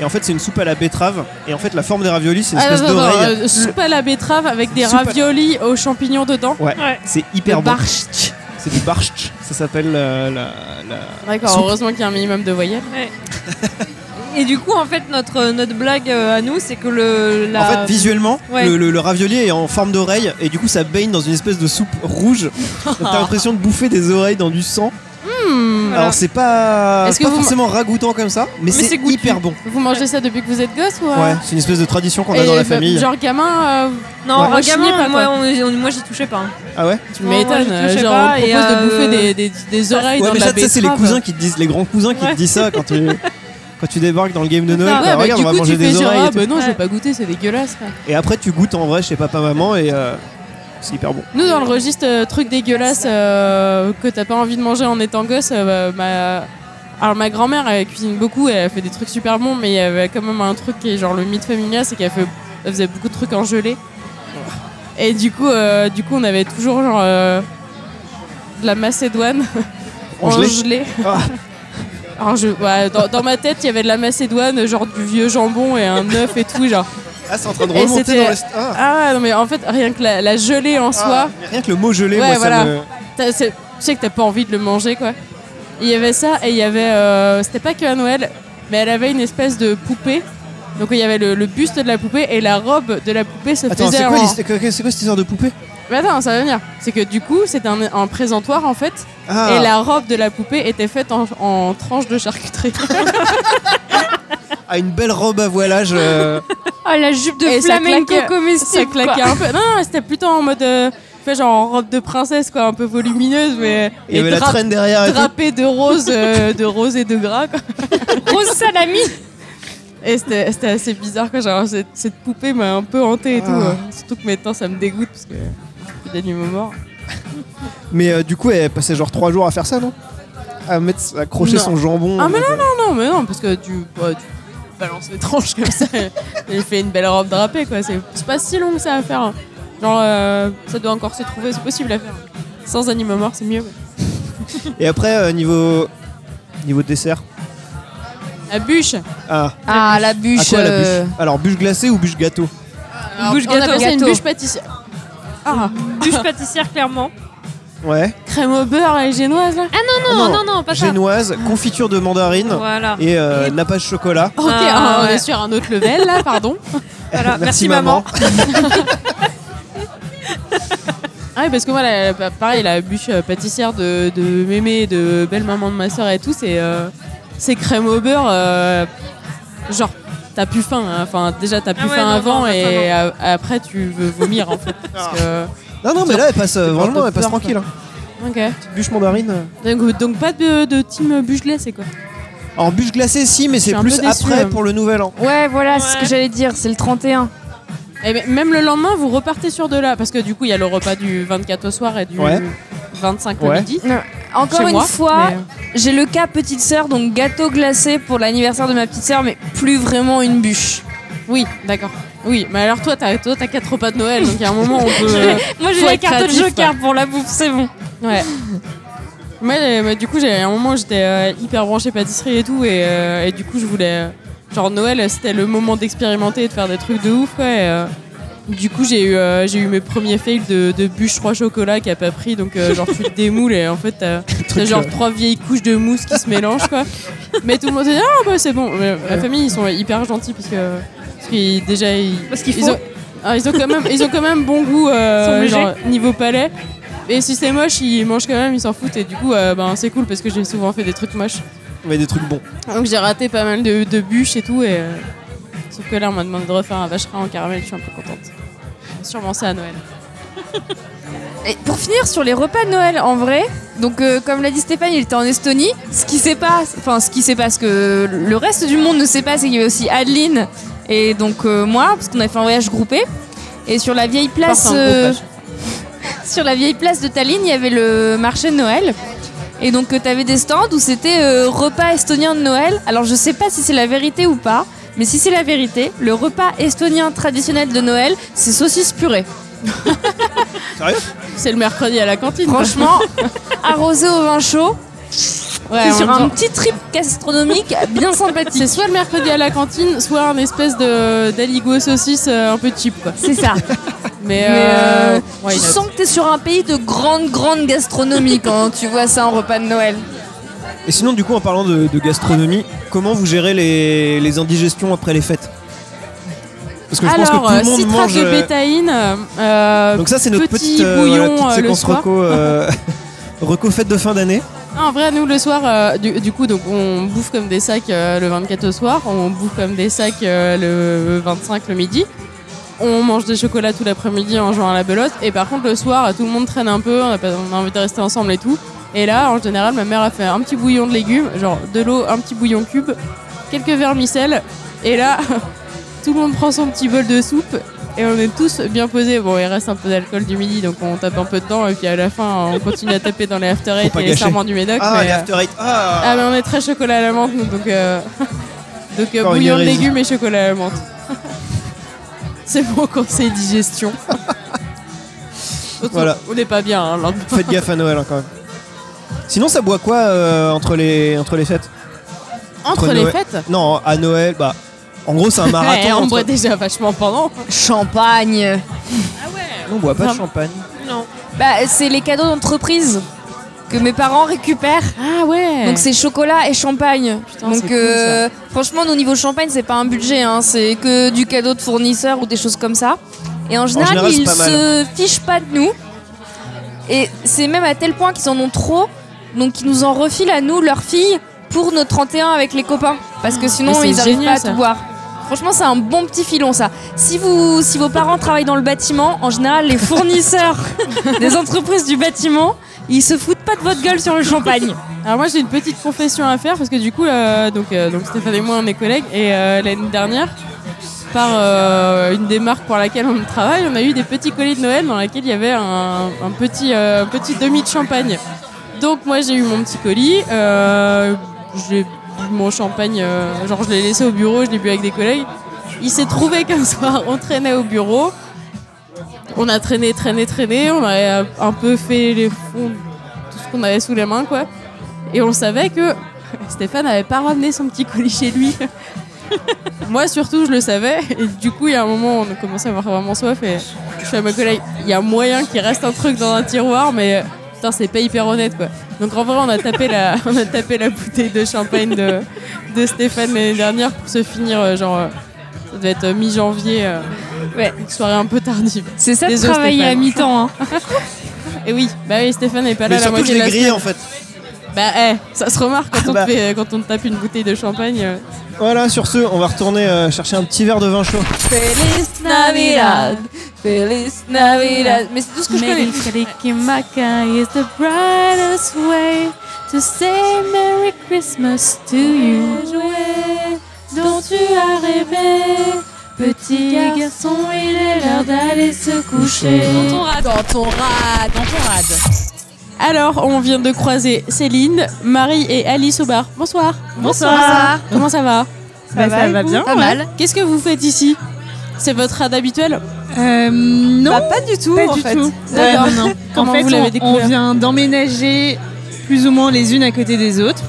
A: Et en fait, c'est une soupe à la betterave. Et en fait, la forme des raviolis, c'est une espèce
E: attends, attends,
A: d'oreille.
E: euh, soupe à la betterave avec des
A: Soupe à-
E: raviolis aux champignons dedans.
G: Ouais.
A: C'est hyper
E: Le
A: bon.
E: barsch.
A: C'est du barsch. Ça s'appelle euh, la- la,
E: D'accord.
A: Soupe.
E: Heureusement qu'il y a un minimum de voyelles.
G: Et du coup, en fait, notre, notre blague euh, à nous, c'est que le. La...
A: En fait, visuellement,
G: Ouais.
A: le, le- le ravioli est en forme d'oreille et du coup, ça baigne dans une espèce de soupe rouge. Donc, T'as l'impression de bouffer des oreilles dans du sang.
E: Hmm.
A: Alors, c'est pas,
E: Est-ce que
A: pas
E: vous-
A: forcément ragoûtant comme ça, mais, c'est
G: c'est goûtu.
A: hyper bon.
E: Vous mangez ça depuis que vous êtes gosse ou euh,
A: Ouais, c'est une espèce de tradition qu'on a
E: et
A: dans la
E: v-
A: famille.
E: Genre gamin, euh,
G: non,
E: Ouais. Moi,
G: en gamin,
E: je n'y ai pas,
G: moi, on- on- moi, j'y touchais pas. hein.
A: Ah ouais
E: tu
G: Moi, moi,
E: m'étonnes.
G: je touchais
E: Genre,
G: pas,
E: on
G: et,
E: propose de
G: euh,
E: bouffer des, des, des oreilles
A: Ouais,
E: dans
A: mais
E: de
A: ça,
E: la
A: tu sais, c'est les
E: betterave.
A: cousins qui te disent, les grands cousins qui te
G: Ouais.
A: disent ça quand tu. Quand tu débarques dans le game de
G: C'est
A: Noël,
G: ça.
A: bah,
E: Ouais, bah,
A: regarde,
E: du
A: on va
E: coup,
A: manger
E: tu
A: des
E: fais genre,
A: oreilles.
E: ah,
A: et, tout.
E: bah non, je vais
G: Ouais.
E: pas goûter, c'est dégueulasse. quoi.
A: Et après, tu goûtes en vrai chez papa-maman et euh, c'est hyper bon.
E: Nous, dans le registre euh, truc dégueulasse euh, que t'as pas envie de manger en étant gosse, euh, bah, ma... alors ma grand-mère, elle cuisine beaucoup, elle fait des trucs super bons, mais il y avait quand même un truc qui est genre le mythe familial, c'est qu'elle fait... elle faisait beaucoup de trucs en gelée. Et du coup, euh, du coup on avait toujours genre euh, de la macédoine
A: En gelée Ah.
E: Alors, je- ouais, dans, dans ma tête, il y avait de la macédoine, genre du vieux jambon et un œuf et tout, genre.
A: Ah, c'est en train de
E: Et
A: remonter
E: c'était-
A: dans le. st- Ah,
E: Ah non, mais en fait, rien que la, la gelée en soi,
A: rien que le mot gelé,
E: Ouais,
A: moi,
E: voilà.
A: ça me.
E: T'as- c'est- Tu sais que t'as pas envie de le manger, quoi. Il y avait ça, et il y avait. euh, C'était pas que à Noël, mais elle avait une espèce de poupée. Donc il y avait le, le buste de la poupée et la robe de la poupée se
A: Attends,
E: faisait
A: c'est quoi,
E: en.
A: l'histoire- que- c'est quoi cette histoire de poupée
E: Mais attends, ça va venir. C'est que du coup, c'était un, un présentoir en fait,
A: Ah.
E: et la robe de la poupée était faite en, en tranches de charcuterie.
A: à Ah, une belle robe à voilage. euh,
D: Oh, la jupe de
E: Et ça
D: flamenco
E: claque-
D: comestible.
E: ça
D: quoi.
E: claquait un peu. Non, non, c'était plutôt en mode. euh, tu sais, genre en robe de princesse, quoi, un peu volumineuse, mais.
A: Il y
E: et
A: avait la
E: drap-
A: traîne derrière et tout.
E: drapée de rose, euh, de rose et de gras, quoi.
D: Grosse salami.
E: Et c'était c'était assez bizarre quoi, genre cette, cette poupée m'a un peu hantée et tout.
A: Ah.
E: euh. Surtout que maintenant ça me dégoûte parce que j'ai des nuits morts.
A: Mais euh, du coup, elle passait genre 3 jours à faire ça, non À mettre, à accrocher
E: Non.
A: son jambon. euh,
E: Ah, mais
A: non, non
E: Non non mais non parce que tu, bah, tu balances les tranches comme ça. Elle fait une belle robe drapée quoi, c'est c'est pas si long que ça à faire. hein. Genre euh, ça doit encore se trouver, c'est possible à faire. Sans animaux morts c'est mieux. ouais.
A: Et après, euh, niveau. Niveau dessert.
E: La bûche
A: Ah,
D: Ah, la
A: à
D: bûche.
A: quoi la bûche Alors, bûche glacée ou bûche gâteau
E: Alors,
D: bûche
E: On
D: gâteau.
E: appelle ça une
D: Gâteau.
E: bûche pâtissière. Ah,
G: Bûche pâtissière, clairement.
A: Ouais.
E: crème au beurre et génoise là
A: Ah
G: Non, non, non, pas ça.
A: Génoise, confiture de mandarine
G: Voilà.
A: et euh, nappage chocolat.
E: Ok,
G: Ah,
E: ah, on
G: ouais.
E: est sur un autre level là, pardon.
G: Voilà, merci, maman.
E: Ah oui, parce que moi, la- la- pareil, la bûche euh, pâtissière de, de mémé, de belle-maman de ma soeur et tout, c'est euh, c'est crème au beurre. euh, genre, t'as plus faim. hein. Enfin, déjà, t'as plus
G: Ah ouais,
E: faim
G: non, Ah.
E: avant
G: non,
E: et
G: non,
E: a- après, tu veux vomir en fait. Parce que...
A: Non, non, mais là, elle passe euh,
E: C'est
A: vraiment,
E: pas
A: elle passe
E: peur,
A: tranquille. hein.
E: Ok.
A: Petite bûche mandarine. euh.
E: Donc, donc pas de, de team bûche glacée, quoi.
A: Alors, bûche glacée, si, mais c'est
E: un
A: plus
E: peu déçue,
A: après
E: hein.
A: pour le nouvel an.
D: Ouais, voilà, c'est ce que
G: Ouais.
D: j'allais dire. C'est le 31.
E: Et ben, même le lendemain, vous repartez sur de là. Parce que du coup, il y a le repas du 24 au soir et du
A: Ouais.
E: 25 au
A: Ouais.
E: midi.
D: Encore
E: Chez
D: une
E: moi,
D: fois,
E: mais- euh,
D: j'ai le cas petite sœur, donc gâteau glacé pour l'anniversaire de ma petite sœur, mais plus vraiment une bûche.
E: Oui, d'accord. Oui, mais alors toi, t'as toi, t'as quatre repas de Noël, donc il y a un moment, on peut.
D: Moi, j'ai
E: Faut
D: la
E: être
D: carte de
E: créatif,
D: joker pour la bouffe, c'est bon.
E: Ouais. Moi, euh, bah, du coup, j'ai un moment, j'étais euh, hyper branchée pâtisserie et tout, et, euh, et du coup, je voulais. euh, genre, Noël, euh, c'était le moment d'expérimenter et de faire des trucs de ouf, quoi. et, euh, du coup, j'ai eu, euh, j'ai eu mes premiers fails de, de bûche 3 chocolat qui a pas pris, donc euh, genre, tu le démoules et en fait, t'as t'as
A: Truc,
E: genre
A: euh,
E: trois vieilles couches de mousse qui se mélangent, quoi. Mais tout le monde se dit, ah, bah, c'est bon. Mais la famille, ils sont hyper gentils parce que. Parce qu'ils, déjà, ils.
G: Parce qu'il
E: ils
G: faut.
E: ont, ah, ils, ont quand même, ils ont quand même bon goût euh,
G: Ils sont obligés.
E: genre, niveau palais. Et si c'est moche, ils mangent quand même, ils s'en foutent. Et du coup, euh, ben, c'est cool parce que j'ai souvent fait des trucs moches.
A: Mais des trucs bons.
E: Donc j'ai raté pas mal de, de bûches et tout. Et, euh, Sauf que là, on m'a demandé de refaire un vacherin en caramel, je suis un peu contente. Sûrement ça à Noël.
D: Et pour finir sur les repas de Noël en vrai, donc euh, comme l'a dit Stéphane, il était en Estonie. Ce qui sait pas, enfin ce qui sait pas, ce que le reste du monde ne sait pas, c'est qu'il y avait aussi Adeline et donc euh, moi, parce qu'on avait fait un voyage groupé. Et sur la vieille place,
E: Porte un gros
D: euh, sur la vieille place de Tallinn, il y avait le marché de Noël. Et donc tu avais des stands où c'était euh, repas estonien de Noël. Alors je sais pas si c'est la vérité ou pas, mais si c'est la vérité, le repas estonien traditionnel de Noël, c'est saucisse purée.
A: Sérieux
E: C'est le mercredi à la cantine.
D: Franchement, arrosé au vin chaud,
E: Ouais,
D: t'es
E: en
D: sur
E: même
D: un
E: temps,
D: petit trip gastronomique bien sympathique.
E: C'est soit le mercredi à la cantine, soit un espèce de d'aligo saucisse euh, un peu cheap quoi.
D: C'est ça.
E: Mais,
D: Mais
E: euh,
D: euh,
E: why
D: tu
E: not
D: sens que t'es sur un pays de grande, grande gastronomie quand tu vois ça en repas de Noël.
A: Et sinon, du coup, en parlant de, de gastronomie, comment vous gérez les, les indigestions après les fêtes Parce que je pense
E: Alors,
A: que tout
E: euh,
A: le monde
E: citrate
A: mange.
E: de
A: euh,
E: bétaïne. euh, euh,
A: donc ça, c'est notre
E: petit
A: petite, euh, voilà,
E: bouillon,
A: petite
E: euh, le
A: séquence
E: soir.
A: reco, euh, reco fête de fin d'année.
E: Non, en vrai, nous, le soir, euh, du, du coup, donc, on bouffe comme des sacs euh, le 24 au soir, on bouffe comme des sacs euh, le 25 le midi. On mange des chocolats tout l'après-midi en jouant à la belote. Et par contre, le soir, tout le monde traîne un peu, on a, pas- on a envie de rester ensemble et tout. Et là, en général, ma mère a fait un petit bouillon de légumes, genre de l'eau, un petit bouillon cube, quelques vermicelles. Et là, tout le monde prend son petit bol de soupe et on est tous bien posés. Bon, il reste un peu d'alcool du midi, donc on tape un peu dedans. Et puis à la fin, on continue à taper dans les after
A: Faut
E: eight
A: pas
E: et les
A: gâcher.
E: serments du médoc.
A: Ah,
E: mais,
A: les
E: euh,
A: after eight. Ah.
E: ah, mais on est très chocolat à la menthe, nous, donc, euh, donc euh,
A: Encore une
E: bouillon de
A: hérésie.
E: légumes et chocolat à la menthe. C'est mon conseil digestion. Surtout,
A: Voilà.
E: On n'est pas bien, hein, le lendemain.
A: Faites gaffe à Noël hein, quand même. Sinon, ça boit quoi euh, entre, les, entre les fêtes
E: Entre
A: Entre
E: les
A: Noël-
E: fêtes
A: Non, à Noël, bah. En gros, c'est un marathon.
E: Ouais, on
A: entre-
E: boit déjà vachement pendant.
D: Champagne.
A: Non, on boit pas de
E: Enfin,
A: champagne.
G: Non.
D: Bah, c'est les cadeaux d'entreprise que mes parents récupèrent.
E: Ah ouais
D: Donc c'est chocolat et champagne.
E: Putain, c'est
D: Donc
E: cool,
D: euh, franchement, au niveau champagne, c'est pas un budget, hein, c'est que du cadeau de fournisseur ou des choses comme ça. Et en général,
A: général, c'est
D: ils
A: pas mal.
D: se fichent pas de nous. Et c'est même à tel point qu'ils en ont trop, donc ils nous en refilent à nous, leurs filles, pour nos 31 avec les copains. Parce que
E: Ah. Mais
D: sinon,
E: c'est
D: ils arrivent
E: génial,
D: pas à
E: ça.
D: tout boire. Ah, Franchement, c'est un bon petit filon ça. Si, vous, si vos parents travaillent dans le bâtiment, en général, les fournisseurs des entreprises du bâtiment, ils se foutent pas de votre gueule sur le champagne.
E: Alors moi j'ai une petite confession à faire parce que du coup euh, donc, euh, donc Stéphane et moi on est collègues et euh, l'année dernière par euh, une des marques pour laquelle on travaille on a eu des petits colis de Noël dans lesquels il y avait un, un petit, euh, petit demi de champagne. Donc moi j'ai eu mon petit colis, euh, j'ai bu mon champagne, euh, genre je l'ai laissé au bureau, je l'ai bu avec des collègues. Il s'est trouvé qu'un soir on traînait au bureau, on a traîné, traîné, traîné, on a euh, un peu fait les fonds, tout ce qu'on avait sous les mains quoi. Et on savait que Stéphane n'avait pas ramené son petit colis chez lui. Moi surtout, je le savais. Et du coup, il y a un moment, on a commencé à avoir vraiment soif. Et je suis à ma collègue, il y a moyen qu'il reste un truc dans un tiroir, mais euh, putain, c'est pas hyper honnête quoi. Donc en vrai, on a tapé la, on a tapé la bouteille de champagne de, de Stéphane l'année dernière pour se finir, euh, genre, euh, ça devait être euh, mi-janvier. euh,
D: Ouais.
E: une soirée un peu tardive.
D: C'est ça
E: Désolé,
D: de travailler
E: Stéphane.
D: à mi-temps. hein.
E: Et oui, bah oui, Stéphane n'est pas là
A: Mais
E: la
A: surtout, je
E: moitié de
A: l'ai
E: la
A: grillé en fait.
E: Bah, eh, ça se remarque quand,
A: Ah
E: on, te
A: bah.
E: fait- euh, quand on te tape une bouteille de champagne. euh,
A: Voilà, sur ce, on va retourner euh, chercher un petit verre de vin chaud.
D: Feliz Navidad, Feliz Navidad. Mais c'est tout ce que je connais.
E: is the brightest way to say Merry Christmas to you. dont tu as rêvé, petit garçon, il est l'heure d'aller se coucher.
F: Dans ton rad.
E: Alors, on vient de croiser Céline, Marie et Alice au bar. Bonsoir.
D: Bonsoir.
E: Comment ça va
I: Bah, ça va bien.
F: Pas mal.
E: Qu'est-ce que vous faites ici C'est votre rad habituel
I: Euh, non,
F: Bah, pas du tout,
I: pas
F: en
I: du
F: fait.
I: tout.
E: D'accord.
I: Ouais, non, non.
E: Comment
I: en fait,
E: vous l'avez
I: on- on,
E: découvert
I: vient d'emménager plus ou moins les unes à côté des autres.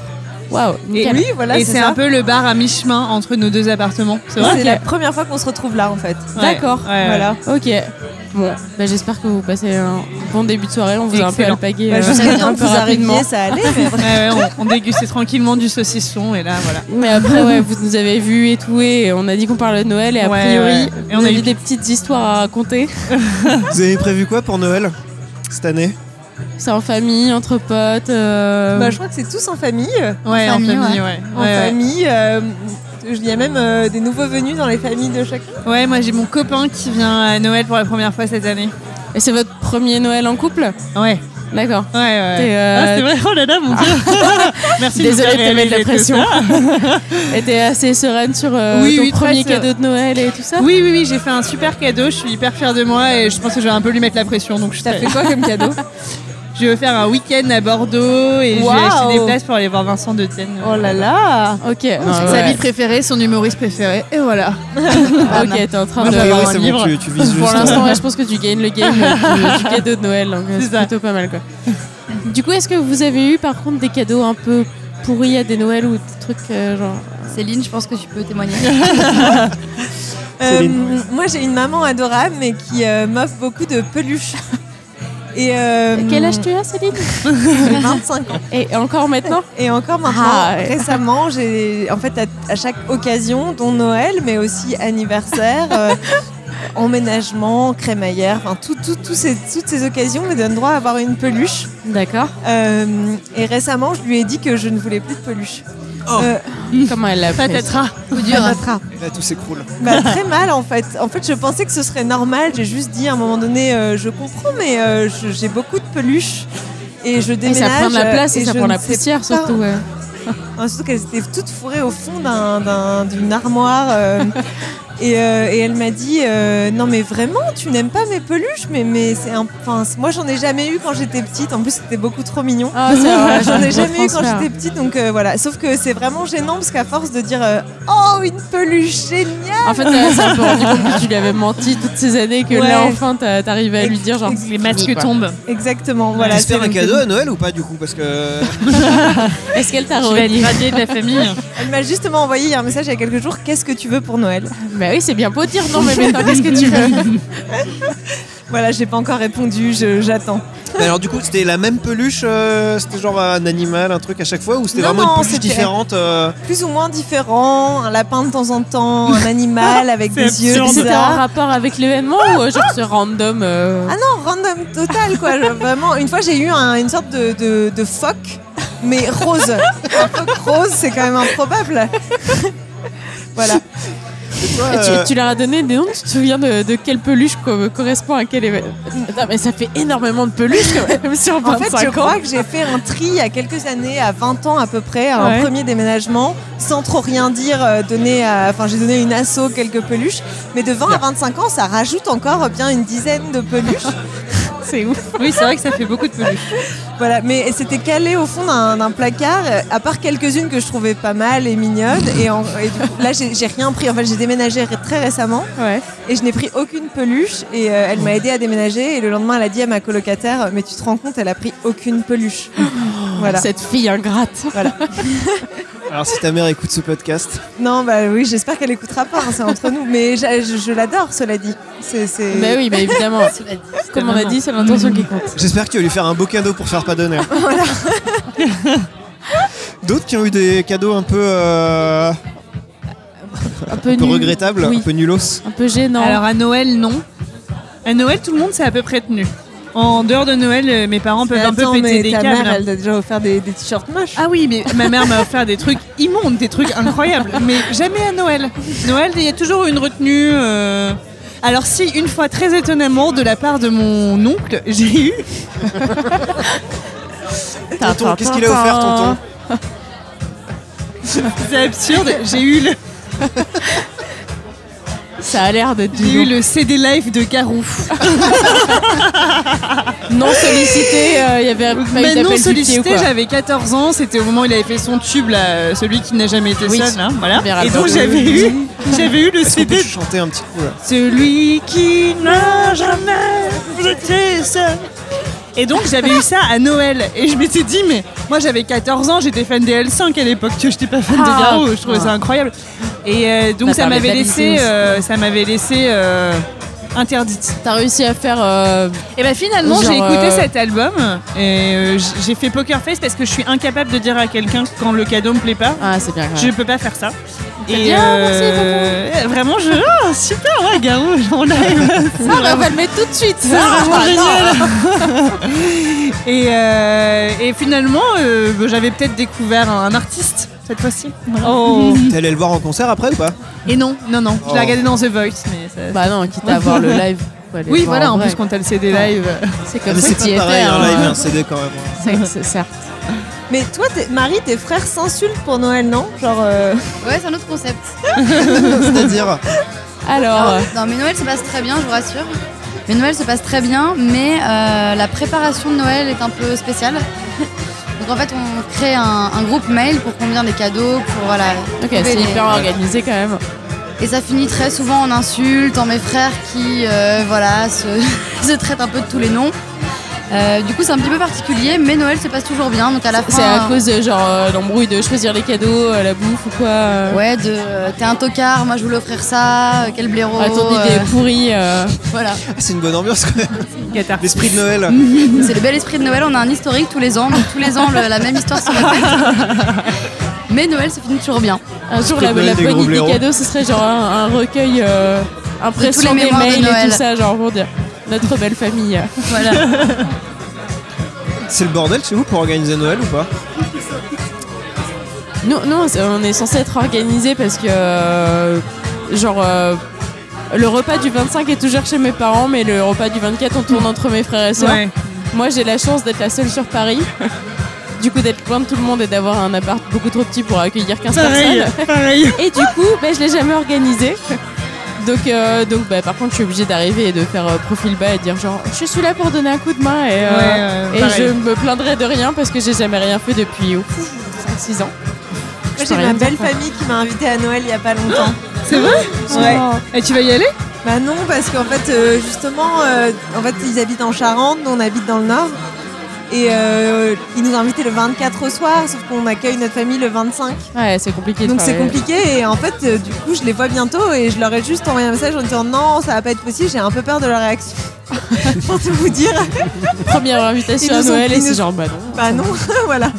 E: Waouh,
I: Et,
E: nickel.
F: Oui, voilà,
I: et
F: c'est
I: c'est
F: ça.
I: un peu le bar à mi-chemin entre nos deux appartements. C'est vrai
F: C'est la première fois qu'on se retrouve là, en fait.
I: Ouais,
E: D'accord.
I: ouais, ouais.
F: Voilà.
E: Ok. Bon, bah, j'espère que vous passez un bon début de soirée. On vous a un peu
I: Excellent.
E: alpagué
F: Bah,
E: euh,
F: Jusqu'à temps
E: un
F: que
E: peu
F: vous
E: rapidement.
F: arriviez, ça allait. mais-
I: Ouais, ouais, on, on dégustait tranquillement du saucisson et là, voilà.
E: Mais après, ouais, vous nous avez vu et tout, et on a dit qu'on parlait de Noël, et a
I: Ouais,
E: priori,
I: ouais. Et
E: on
I: on
E: a
I: a eu-
E: des petites histoires à raconter.
A: Vous avez prévu quoi pour Noël cette année
E: C'est en famille, entre potes. euh,
J: Bah, je crois que c'est tous en famille.
E: Ouais, en famille, ouais.
J: En
E: Ouais, ouais.
J: famille. euh, Il y a même euh, des nouveaux venus dans les familles de chacun.
B: Ouais, moi j'ai mon copain qui vient à Noël pour la première fois cette année.
E: Et c'est votre premier Noël en couple
B: Ouais.
E: D'accord.
B: Ouais, ouais.
E: T'es, euh,
B: Ah, c'est vrai, oh là là, mon dieu. Merci de nous
E: Désolée de
B: faire
E: te mettre la
B: réaliser tout
E: pression.
B: ça.
E: Et t'es assez sereine sur euh, ton
B: très
E: premier cadeau de Noël et tout ça
B: Oui, oui, oui, j'ai fait un super cadeau, je suis hyper fière de moi et je pense que je vais un peu lui mettre la pression. Donc je
J: T'as fait quoi comme cadeau
B: Je vais faire un week-end à Bordeaux et je
J: Waouh.
B: vais acheter des places pour aller voir Vincent de Tienne.
J: Oh là là
E: Ok.
B: Sa vie préférée, son humoriste préféré, et voilà.
E: ok, t'es en train
B: Moi,
E: de.
B: je vais avoir un
E: c'est
B: livre.
E: bon, Pour
B: euh,
E: l'instant, ouais, je pense que tu gagnes le game euh, du, du cadeau de Noël, donc euh,
B: C'est
E: c'est
B: ça.
E: plutôt pas mal quoi. Du coup, est-ce que vous avez eu par contre des cadeaux un peu pourris à des Noëls ou des trucs euh, genre.
K: Céline, je pense que tu peux témoigner.
J: Euh,
K: Céline.
J: moi, j'ai une maman adorable, mais qui euh, m'offre beaucoup de peluches. Et euh,
E: Quel âge tu as, Céline
J: J'ai 25 ans.
E: Et encore maintenant
J: Et encore maintenant.
E: Ah, ouais.
J: Récemment, j'ai en fait à, à chaque occasion, dont Noël, mais aussi anniversaire, euh, emménagement, crémaillère, enfin tout- tout- tout ces- toutes ces occasions me donnent droit à avoir une peluche.
E: D'accord.
J: Euh, et récemment, je lui ai dit que je ne voulais plus de peluche. Euh,
E: Comment elle l'a prise
B: Patatras.
J: Coup dur. Patatras.
A: Et là, tout s'écroule.
J: bah, très mal en fait. En fait, je pensais que ce serait normal. J'ai juste dit à un moment donné, euh, je comprends, mais euh, je- j'ai beaucoup de peluches et je
E: Et
J: déménage.
E: ça prend de la
J: euh,
E: place et,
J: je
E: ça prend de
J: ne
E: la
J: sais
E: poussière
J: pas.
E: surtout. ouais.
J: Enfin, surtout qu'elles étaient toutes fourrées au fond d'un- d'un- d'une armoire. euh, et, euh, et elle m'a dit euh, Non, mais vraiment, tu n'aimes pas mes peluches Mais, mais c'est un. Enfin, c'est- moi, j'en ai jamais eu quand j'étais petite. En plus, c'était beaucoup trop mignon.
E: Ah, c'est vrai,
J: j'en ai
E: je
J: jamais eu quand
E: transfère.
J: j'étais petite. Donc euh, voilà. Sauf que c'est vraiment gênant parce qu'à force de dire euh, Oh, une peluche géniale
E: En fait, euh, c'est un peu rendu compte que tu lui avais menti toutes ces années, que
J: Ouais.
E: là enfin t'as- t'arrives à lui dire genre.
J: Ex-
E: c'est fini, quoi.
J: Exactement. Voilà.
A: Tu se faire
J: c'est- euh,
A: un cadeau à Noël ou pas du coup Parce que.
E: Est-ce qu'elle t'a
K: Tu vas
E: redit
K: t'évader de la famille.
J: Elle m'a justement envoyé un message il y a quelques jours Qu'est-ce que tu veux pour Noël
E: Bah oui, c'est bien beau de dire non, mais maintenant qu'est-ce que tu veux
J: Voilà, j'ai pas encore répondu. je- J'attends.
A: Mais alors, du coup, c'était la même peluche euh, C'était genre un animal, un truc à chaque fois Ou c'était
J: Non,
A: vraiment
J: non,
A: une peluche
J: c'était-
A: différente euh,
J: plus ou moins différents, un lapin de temps en temps, un animal avec
E: C'est
J: des yeux
E: absurde. C'était en
J: bizarres.
E: rapport avec l'événement ou euh, genre ce random euh,
J: Ah non, random total quoi, je- vraiment. Une fois j'ai eu un- une sorte de, de, de phoque, mais rose. Un phoque rose, c'est quand même improbable. voilà.
E: Et tu, tu leur as donné des noms, tu te souviens de, de quelle peluche co- correspond à quel événement Attends, mais ça fait énormément de peluches quand même sur
J: En fait,
E: 25
J: je
E: ans.
J: crois que j'ai fait un tri il y a quelques années, à 20 ans à peu près, à un
E: Ouais.
J: premier déménagement, sans trop rien dire. euh, donner à- Enfin, j'ai donné une asso, quelques peluches. Mais de 20 à 25 ans, ça rajoute encore bien une dizaine de peluches.
E: C'est ouf.
B: Oui, c'est vrai que ça fait beaucoup de peluches.
J: Voilà, mais c'était calé au fond d'un d'un placard, euh, à part quelques-unes que je trouvais pas mal et mignonnes. Et, en- et du coup, là, j'ai j'ai rien pris. En fait, j'ai déménagé ré- très récemment
E: Ouais.
J: et je n'ai pris aucune peluche. Et euh, elle m'a aidé à déménager. Et le lendemain, elle a dit à ma colocataire Mais tu te rends compte, elle a pris aucune peluche. voilà.
E: Oh, Cette fille ingrate.
A: Alors, si ta mère écoute ce podcast.
J: Non, bah oui, j'espère qu'elle écoutera pas, hein, c'est entre nous. Mais j'a- je, je l'adore, cela dit. C'est. c'est-
E: Bah oui, mais évidemment. Comme on a dit, c'est l'intention qui compte.
A: J'espère que tu vas lui faire un beau cadeau pour faire pas d'honneur. D'autres qui ont eu des cadeaux un peu. euh,
E: Un peu,
A: un peu
E: nul.
A: regrettables,
E: Oui.
A: un peu nulos.
E: Un peu gênant.
B: Alors à Noël, non. À Noël, tout le monde s'est à peu près tenu. En dehors de Noël, euh, mes parents peuvent
J: Mais
B: un peu
J: attends,
B: péter
J: mais
B: des
J: ta
B: câbles.
J: mère, elle t'a déjà offert des, des t-shirts moches.
B: Ah oui, mais ma mère m'a offert des trucs immondes, des trucs incroyables, mais jamais à Noël. Noël, il y a toujours une retenue. euh. Alors si, une fois très étonnamment, de la part de mon oncle, j'ai eu
A: Tonton, qu'est-ce qu'il a offert, tonton
B: C'est absurde. J'ai eu le,
E: Ça a l'air d'être du
B: j'ai eu
E: lourd.
B: le CD live de Garou.
E: non sollicité. euh, Il y avait pas eu
B: Mais non
E: d'appel du pied ou
B: sollicité,
E: quoi.
B: j'avais 14 ans. C'était au moment où il avait fait son tube, là, euh, celui qui n'a jamais été
E: Oui.
B: seul. hein, voilà.
E: Bien
B: Et
E: rappelé.
B: donc j'avais eu, j'avais eu le
A: Est-ce qu'on peut
B: CD.
A: chanter un petit coup là
B: Celui qui n'a jamais été seul. Et donc j'avais eu ça à Noël et je m'étais dit mais moi j'avais 14 ans j'étais fan des L5 à l'époque tu vois j'étais pas fan
E: Ah.
B: de Garou je trouvais ça incroyable et euh, donc
E: Bah,
B: ça
E: par les
B: m'avait
E: balises
B: laissé
E: aussi.
B: euh, ça m'avait laissé euh, interdite
E: T'as réussi à faire. euh,
I: Eh
B: et
I: ben,
B: bah finalement,
E: Genre,
B: j'ai écouté
E: euh,
B: cet album et euh, j- j'ai fait Poker Face parce que je suis incapable de dire à quelqu'un quand le cadeau me plaît pas.
E: Ah, c'est bien. quand même.
B: Je peux pas faire ça.
I: Et
E: bien,
I: euh, Vraiment, je. ah, super, ouais, Garou, on live.
E: Ça, on va le mettre tout de suite.
I: C'est
E: ça.
I: vraiment
E: Ah,
I: génial. et, euh, et finalement, euh, bah, j'avais peut-être découvert un, un artiste cette fois-ci. Voilà.
B: Oh.
E: Oh.
A: T'es allé le voir en concert après ou pas
I: Et non, non, non. Je l'ai
A: Oh.
I: regardé dans The Voice, mais ça-
E: Bah non, quitte à voir le live. faut aller
I: Oui,
E: le voir
I: voilà, en
E: vrai.
I: plus, quand t'as le CD live. euh,
E: C'est
A: Ah,
E: comme
A: mais
E: ça
A: c'est
E: qu'il
A: pas pareil, un live et un CD quand même. hein.
E: C'est c'est- certes.
J: Mais toi, t'es- Marie, tes frères s'insultent pour Noël, non Genre. euh,
K: Ouais, c'est un autre concept.
A: C'est-à-dire
E: Alors, euh,
K: Non, mais Noël se passe très bien, je vous rassure. Mais Noël se passe très bien, mais euh, la préparation de Noël est un peu spéciale. Donc en fait, on crée un, un groupe mail pour combien des cadeaux, pour voilà.
E: ok,
K: trouver
E: c'est
K: les-
E: hyper organisé quand même.
K: Et ça finit très souvent en insultes, en mes frères qui euh, voilà se, se traitent un peu de tous les noms. Euh, du coup, c'est un petit peu particulier, mais Noël se passe toujours bien. Donc à la fin,
E: C'est à cause de genre euh, l'embrouille de choisir les cadeaux, euh, la bouffe ou quoi. euh.
K: ouais, de euh, t'es un tocard, moi je voulais offrir ça, euh, quel blaireau.
E: Ah, ton idée est
K: euh,
E: pourrie. euh.
K: voilà.
A: Ah, C'est une bonne ambiance quand même. L'esprit de Noël.
K: C'est le bel esprit de Noël, on a un historique tous les ans, donc tous les ans le- la même histoire se répète. Mais Noël se finit toujours bien.
B: Euh,
E: Un jour, la,
A: Noël
E: la
A: des
E: bonne
A: gros
E: idée
A: blaireaux.
E: cadeau, ce serait genre un, un recueil euh,
K: De
E: impression
K: tous les
E: des
K: mémoires de
E: mails et
K: Noël.
E: tout ça, genre pour dire notre belle famille.
K: Voilà.
A: C'est le bordel chez vous pour organiser Noël ou pas
E: Non, non, c'est- on est censé être organisé parce que, euh, genre, euh, le repas du 25 est toujours chez mes parents, mais le repas du 24, on tourne entre mes frères et sœurs.
I: Ouais.
E: Moi, j'ai la chance d'être la seule sur Paris. Du coup, d'être loin de tout le monde et d'avoir un appart beaucoup trop petit pour accueillir 15
I: Pareil,
E: personnes.
I: pareil.
E: Et du coup, bah, je l'ai jamais organisé. Donc, euh, donc bah, par contre, je suis obligée d'arriver et de faire euh, profil bas et dire genre, je suis là pour donner un coup de main et, euh,
I: Ouais, ouais,
E: et
I: pareil.
E: je me plaindrai de rien parce que j'ai jamais rien fait depuis 5-6
J: Moi,
E: ans. Je
J: j'ai
E: peux
J: ma
E: rien dire,
J: belle
E: quoi.
J: famille qui m'a invitée à Noël il y a pas longtemps.
I: C'est vrai
J: Ouais.
E: Oh.
I: Et tu vas y aller
J: Bah non, parce qu'en fait, euh, justement, euh, en fait, ils habitent en Charente, nous on habite dans le Nord. Et euh, ils nous ont invités le 24 au soir, sauf qu'on accueille notre famille le 25.
E: Ouais, c'est compliqué. de
J: Donc
E: faire
J: c'est
E: les-
J: compliqué et en fait, euh, du coup, je les vois bientôt et je leur ai juste envoyé un message en disant non, ça va pas être possible, j'ai un peu peur de leur réaction. Pour tout vous dire,
E: Première
J: Ils
E: invitation
J: nous
E: à
J: ont
E: Noël
J: pris
E: et
J: nos-
E: c'est genre bah non.
J: bah non, voilà.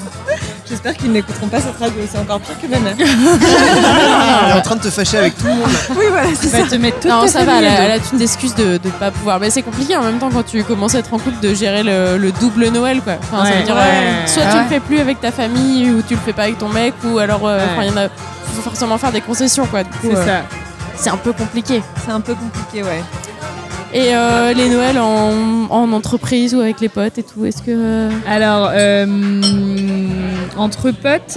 J: J'espère qu'ils n'écouteront pas cette radio, c'est encore pire que Nana. Ah.
A: Elle est en train de te fâcher avec tout le monde. là.
J: Oui, voilà, c'est
I: Tu
J: ça.
I: vas te mettre toute
E: Non,
I: ta
E: ça va,
I: famille
E: elle
I: à
E: a,
I: dos.
E: elle a une excuse de ne pas pouvoir. Mais c'est compliqué en même temps quand tu commences à être en couple de gérer le, le double Noël quoi. Enfin, ça
I: Ouais.
E: veut dire,
I: Ouais.
E: euh, soit
I: Ah
E: tu
I: ouais.
E: le fais plus avec ta famille ou tu le fais pas avec ton mec ou alors euh,
I: Ouais.
E: enfin, il y en a. Faut forcément faire des concessions quoi. Du coup,
I: C'est
E: euh,
I: ça.
E: c'est un peu compliqué.
J: C'est un peu compliqué, ouais.
E: Et euh, les Noëls en, en entreprise ou avec les potes et tout, est-ce que. euh,
B: Alors, euh, entre potes.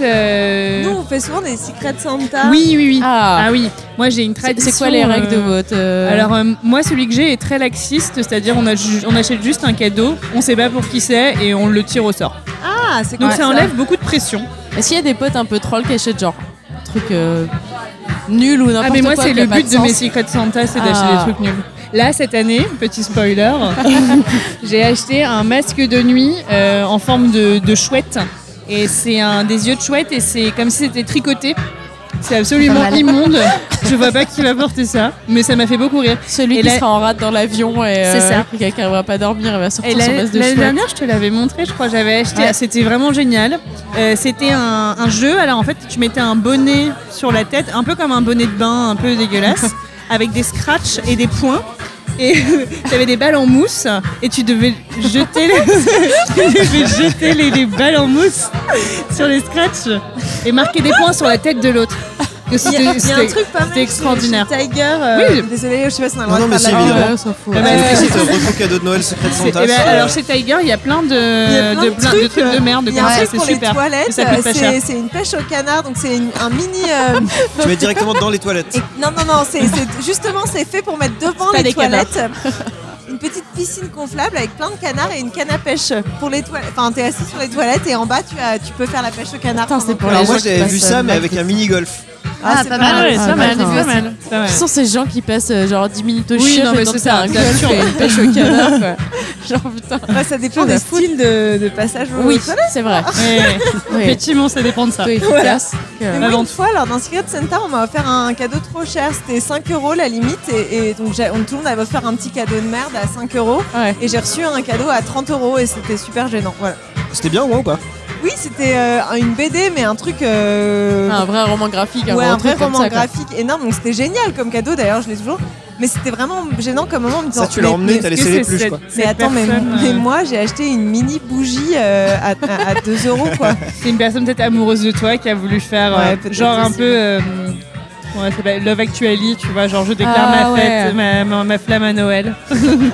B: euh,
J: Nous, on fait souvent des secrets de Santa.
B: Oui, oui, oui.
E: Ah,
B: Ah oui, moi j'ai une
E: C'est-
B: tradition.
E: C'est quoi les règles de
B: euh,
E: votre. euh,
B: Alors euh, moi celui que j'ai est très laxiste, c'est-à-dire on, a ju- on achète juste un cadeau, on sait pas pour qui c'est et on le tire au sort.
J: Ah, c'est
B: Donc
J: cool,
B: ça enlève beaucoup de pression.
E: Est-ce qu'il y a des potes un peu trolls qui achètent genre un truc euh, nul ou n'importe quoi
B: Ah mais moi c'est
E: qui a
B: le
E: pas
B: but de,
E: sens
B: mes Secret Santa, c'est
E: Ah.
B: d'acheter des trucs nuls. Là cette année, petit spoiler, j'ai acheté un masque de nuit euh, en forme de, de chouette et c'est un des yeux de chouette et c'est comme si c'était tricoté. C'est absolument
K: Pas mal.
B: immonde. Je vois pas qui va porter ça, mais ça m'a fait beaucoup rire.
E: Celui
B: Et
E: qui
B: la-
E: sera en rade dans l'avion et euh,
B: C'est ça.
E: quelqu'un qui va pas dormir et va
B: Et
E: sortir
B: la-
E: son masque de
B: l'année
E: chouette.
B: dernière, je te l'avais montré, je crois, j'avais acheté.
K: Ouais.
B: C'était vraiment génial. Euh, c'était un, un jeu. Alors en fait, tu mettais un bonnet sur la tête, un peu comme un bonnet de bain, un peu dégueulasse, avec des scratchs et des points. Et tu avais des balles en mousse et tu devais jeter les, tu devais jeter les, les balles en mousse sur les scratchs et marquer des points sur la tête de l'autre.
J: Il y a- il y a un
B: C'était-
J: truc pas mal.
B: C'était
J: chez-
B: extraordinaire.
J: chez Tiger. euh,
B: Oui.
J: Désolée, je sais pas si on a le
A: Non,
J: droit
A: non,
J: de
A: mais
J: faire de
A: c'est
J: la
A: évident.
E: Ah, on s'en fout.
B: Ah bah,
A: Est-ce que
B: c'est-
A: c'est un refus cadeau de Noël secret de
B: Eh
A: Santa
B: ben,
A: c'est- euh,
B: alors chez Tiger, il y a plein de,
J: Il y a euh, plein euh,
B: de, plein- de trucs de merde.
J: Il y a
B: comme
J: un
B: ça,
J: truc
B: c'est
J: pour les
B: super.
J: toilettes.
B: ça coûte pas
J: euh, c'est-
B: cher.
J: C'est une pêche au canard, donc c'est une- un mini. euh,
A: Tu mets directement dans les toilettes.
J: et- non, non, non. c'est c'est- justement, c'est fait pour mettre devant
E: pas
J: les
E: des canards.
J: toilettes. Une petite piscine gonflable avec plein de canards et une canne à pêche pour les toilettes. Enfin, t'es assis sur les toilettes et en bas, tu, as, tu peux faire la pêche au canard.
E: Putain, c'est
J: pendant
E: pour
J: que-
A: Alors
E: les
A: moi
E: gens qui
A: j'avais vu
E: passent,
A: ça
E: euh,
A: mais avec un mini-golf.
K: Ah, pas mal.
B: Ah ouais, c'est
E: Ah,
B: pas mal,
E: ouais,
B: c'est
E: non.
B: pas mal, c'est pas mal.
E: Qui sont ces gens qui passent euh, genre 10 minutes au
B: Oui,
E: chiottes
B: non,
E: et
B: mais
E: donc
B: c'est
E: t'as
B: ça,
E: un
B: c'est
E: golf
B: absurde.
E: et une pêche au canard quoi. Genre putain.
J: Ouais, Bah, ça dépend
E: Chose à
J: des styles de, de passage aux
E: Oui,
J: toilettes.
E: c'est vrai.
B: Ouais.
E: Oui.
B: Effectivement, ça dépend de ça.
E: Plutôt efficace.
J: Mais
E: que-
J: moi,
B: Euh, Avant
J: une fois, lors d'un Secret Santa, on m'a offert un cadeau trop cher. C'était 5 euros la limite. Et, et donc, j'ai- on, tout le monde avait offert un petit cadeau de merde à 5 euros.
E: Ouais.
J: Et j'ai reçu un cadeau à 30 euros et c'était super gênant. Voilà.
A: C'était bien ou pas ou pas
J: Oui, c'était euh, une BD, mais un truc. euh,
E: Un vrai roman graphique, un
J: ouais,
E: grand
J: un vrai
E: truc comme
J: roman
E: ça, quoi.
J: graphique énorme. Donc c'était génial comme cadeau. D'ailleurs, je l'ai toujours. Mais c'était vraiment gênant comme moment. en me disant,
A: Ça, tu l'as
J: mais-
A: emmené,
J: mais-
A: t'as laissé les pluches, quoi.
J: Mais attends, mais,
B: personne,
J: mais
B: euh,
J: moi, j'ai acheté une mini bougie euh, à, à, 2 euros, quoi.
B: C'est une personne peut-être amoureuse de toi qui a voulu faire euh,
J: Ouais, peut-être
B: genre un
J: aussi.
B: peu euh, comment ça s'appelle, Love Actually, tu vois, genre je déclare
E: Ah,
B: ma
E: ouais.
B: fête, ma, ma- ma flamme à Noël.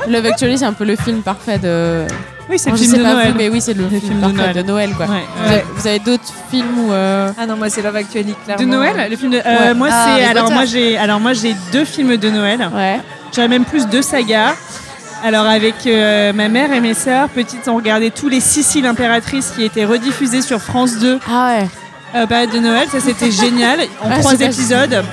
E: Love Actually, c'est un peu le film parfait de.
B: Oui, c'est le
E: Je
B: film
E: sais
B: de
E: pas
B: Noël.
E: vous, mais oui, c'est le, film,
B: film de
E: parfait
B: Noël.
E: de Noël, quoi.
B: Ouais, ouais.
E: Vous avez- Vous avez d'autres films où. euh,
J: Ah non, moi, c'est Love Actually, clairement.
B: De Noël, le film de euh,
E: Ouais.
B: moi
E: Ah,
B: c'est
E: Harry
B: alors
E: Potter.
B: moi j'ai alors moi j'ai deux films de Noël.
E: Ouais.
B: J'aurais même plus deux sagas. Alors avec euh, ma mère et mes sœurs petites, on regardait tous les Sicile impératrice qui étaient rediffusés sur France 2.
E: Ah ouais.
B: période de Noël, ça c'était génial en
E: Ah,
B: trois
E: c'est pas-
B: épisodes.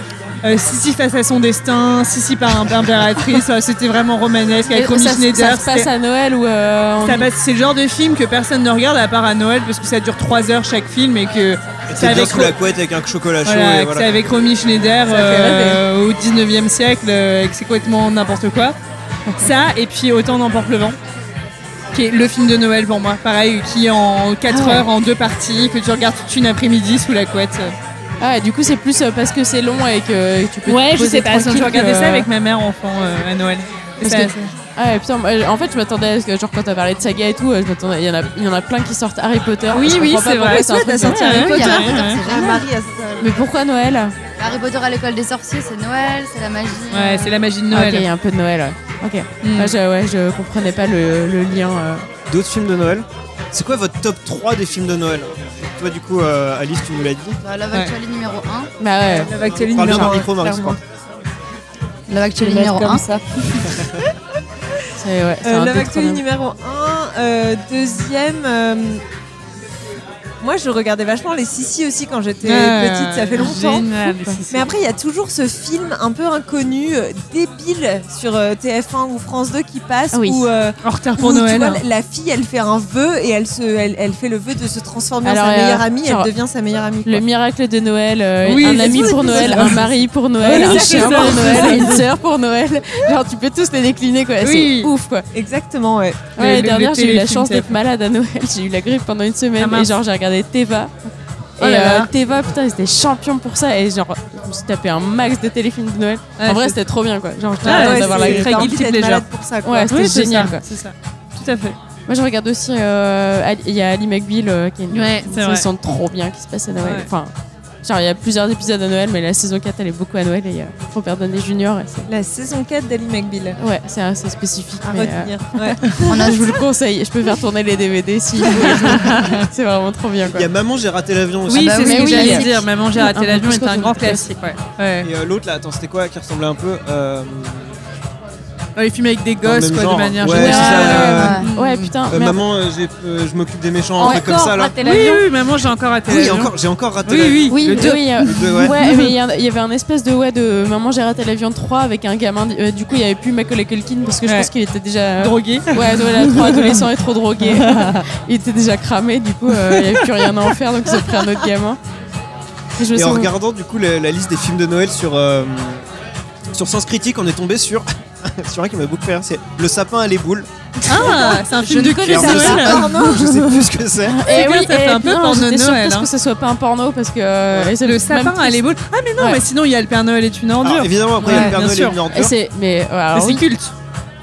B: Euh, Sissi face à son destin, Sissi par un- impératrice, ouais, c'était vraiment romanesque avec
E: Et
B: Romy
E: ça, se-
B: Schneider.
E: ça se passe
B: c'était-
E: à Noël ou. euh,
B: ça passe- c'est le genre de film que personne ne regarde à part à Noël parce que ça dure trois heures chaque film et que
A: C'est bien sous la couette avec un chocolat chaud.
B: voilà,
A: et
B: que
A: voilà.
B: c'est avec Romy Schneider euh, au 19e siècle, euh, et que c'est complètement n'importe quoi. Ça, et puis Autant d'emporte le vent, qui est le film de Noël pour moi, pareil, qui est en 4
E: Ah ouais.
B: heures, en deux parties, que tu regardes toute une après-midi sous la couette.
E: Ah, du coup, c'est plus euh, parce que c'est long et que tu peux. te
B: Ouais, je
E: poser
B: sais pas,
E: tranquille
B: je regardais
E: que-
B: ça avec ma mère enfant euh, à Noël. Et
E: Parce
B: ça-
E: que- Ah ouais, putain, moi, en fait, je m'attendais à ce que, genre, quand t'as parlé de saga et tout, euh, je m'attendais, il y, en a- il y en a plein qui sortent Harry Potter.
B: Oui,
E: Je
B: oui,
E: comprends pas
B: c'est
E: pourquoi
B: vrai.
E: un
B: Ouais,
E: truc
B: t'as
E: de-
B: sorti Harry Potter. Ouais, ouais.
J: Marie,
E: Mais pourquoi Noël
K: Harry Potter à l'école des sorciers, c'est Noël, c'est la magie. euh,
B: Ouais, c'est la magie de
E: Ah,
B: Noël.
E: Ok, il y a un peu de Noël, ouais. Ok.
B: Mm.
E: Moi, je, ouais, je comprenais pas le, le lien. euh.
A: D'autres films de Noël C'est quoi votre top 3 des films de Noël Toi, du coup, euh, Alice, tu nous l'as dit.
K: Bah, Love
E: Ouais.
K: Actually numéro Euh, 1.
E: Bah ouais.
B: Love Actually
A: Parle bien dans le
B: numéro un,
A: micro, Marie, c'est
B: clairement.
A: pas.
K: Love Actually
E: Il reste
K: numéro
E: comme
K: 1.
E: ça. C'est ouais, c'est
J: Euh,
E: un
J: Love
E: peu
J: Actually
E: trop bien.
J: numéro 1. deuxième. euh, moi, je regardais vachement les Sissi aussi quand j'étais
B: Ah,
J: petite, ça fait longtemps.
B: génial, les Sissi.
J: Mais après, il y a toujours ce film un peu inconnu, euh, débile, sur euh, TF1 ou France 2 qui passe.
B: Ah oui.
J: Où, euh,
B: En retard pour
J: où, tu
B: Noël,
J: vois,
B: hein.
J: la fille, elle fait un vœu et elle, se, elle, elle fait le vœu de se transformer
E: Alors,
J: en sa
E: euh,
J: meilleure amie.
E: genre,
J: Elle devient sa meilleure amie.
E: Le miracle de Noël, euh,
B: Oui,
E: un
B: c'est
E: ami
B: tout,
E: pour
B: c'est
E: Noël,
B: ça.
E: un mari pour Noël,
B: Oui,
E: un
B: c'est
E: chien
B: ça,
E: pour
B: c'est
E: Noël,
B: ça.
E: une sœur pour Noël. Genre, tu peux tous les décliner, quoi.
B: Oui.
E: C'est ouf, quoi.
J: Exactement, ouais.
E: Ouais, l'année
B: Le- le-
E: dernière,
B: le
E: j'ai eu la
B: téléfilm
E: chance d'être
B: TF1.
E: malade à Noël. J'ai eu la grippe pendant une
B: Ah,
E: semaine et
B: mince.
E: genre, j'ai regardé Teva. Et
B: Oh là
E: euh,
B: là.
E: Teva, putain, ils étaient champions pour ça. Et genre, je me suis tapé un max de téléfilms de Noël. en
B: Ouais,
E: vrai,
B: c'est-
E: c'était trop bien, quoi. Genre, j'étais
B: Ah,
E: contente
B: ouais,
E: d'avoir
B: c'est-
E: la
B: très
E: grippe.
J: T'as envie
B: guilty
J: d'être
B: pleasure.
J: malade pour ça, quoi.
E: Ouais, c'était
B: Oui, c'est
E: génial,
B: ça,
E: quoi.
B: C'est ça, tout à fait.
E: Moi, je regarde aussi. euh, Ali- Il y a Ali McBeal euh, qui est une
B: Ouais, c'est
E: Ils
B: vrai.
E: sont trop bien qui se passe à Noël.
B: Ouais.
E: Enfin, genre, il y a plusieurs épisodes à Noël, mais la saison 4, elle est beaucoup à Noël. Et il y a Robert Downey Jr. et c'est-
J: La saison 4 d'Ali McBeal.
E: Ouais, c'est assez spécifique.
J: À
E: mais, euh,
J: retenir. Ouais.
K: On a
E: je vous le conseille. Je peux faire tourner les DVD si vous voulez. C'est vraiment trop bien, quoi.
A: Il y a Maman, j'ai raté l'avion aussi.
B: Oui,
E: bah
B: c'est
E: oui,
B: ce que
E: oui.
B: j'allais
E: Classique.
B: dire. Maman, j'ai
E: Un peu
B: raté l'avion
E: plus
B: est un
E: qu'autre
B: grand
E: chose.
B: classique. Ouais. Ouais.
A: Et euh, l'autre, là, attends, c'était quoi qui ressemblait un peu euh,
B: Ouais, les films avec des
A: le
B: gosses,
A: même
B: quoi,
A: genre.
B: de manière
A: Ouais,
B: générale.
A: c'est ça, là.
K: ouais.
E: Ouais, putain.
A: Euh,
E: merde.
A: maman, euh, j'ai- euh, je m'occupe des méchants, un
E: Encore
A: truc comme ça là.
K: raté
B: Oui,
K: l'avion.
B: oui, maman, j'ai encore raté
A: Oui,
B: l'avion.
A: encore, j'ai encore raté
B: Oui,
A: l'avion.
B: oui.
E: Oui,
B: Le deux.
E: oui, euh,
A: Le deux, ouais.
E: ouais, mais il y a- il y avait un espèce de ouais de maman j'ai raté l'avion 3 avec un gamin euh, du coup il y avait plus Macaulay Culkin parce que je
B: Ouais.
E: pense qu'il était déjà euh,
B: Drogué.
E: Ouais, voilà, trop adolescent et trop drogué. il était déjà cramé, du coup, euh, il n'y avait plus rien à en faire, donc ils ont pris un autre gamin. Et je me
A: Et en
E: sens-
A: regardant du coup la, la liste des films de Noël sur, euh, sur Sens Critique, on est tombé sur. sur un qui m'a beaucoup fait rire, c'est Le sapin à les boules.
B: Ah, c'est un film de
A: Et alors,
B: cul,
A: le
B: Noël.
A: sapin à les boules, je sais plus ce que c'est.
E: Et
B: C'est bien, ça fait un peu
E: Eh non,
B: porno
E: j'étais
B: Noël,
E: surprise
B: hein.
E: que ce soit pas un porno parce que euh, et c'est
B: Le
E: même
B: sapin à
E: triste.
B: les boules. Ah, mais non,
E: Ouais.
B: mais sinon, il y a le Père Noël est une
A: Alors
B: ordure.
A: évidemment, après il y a
B: Ouais,
A: le Père
B: bien
A: Noël et
B: sûr.
A: une ordure.
E: Et c'est mais ouais, alors
B: Mais
E: oui,
B: C'est culte.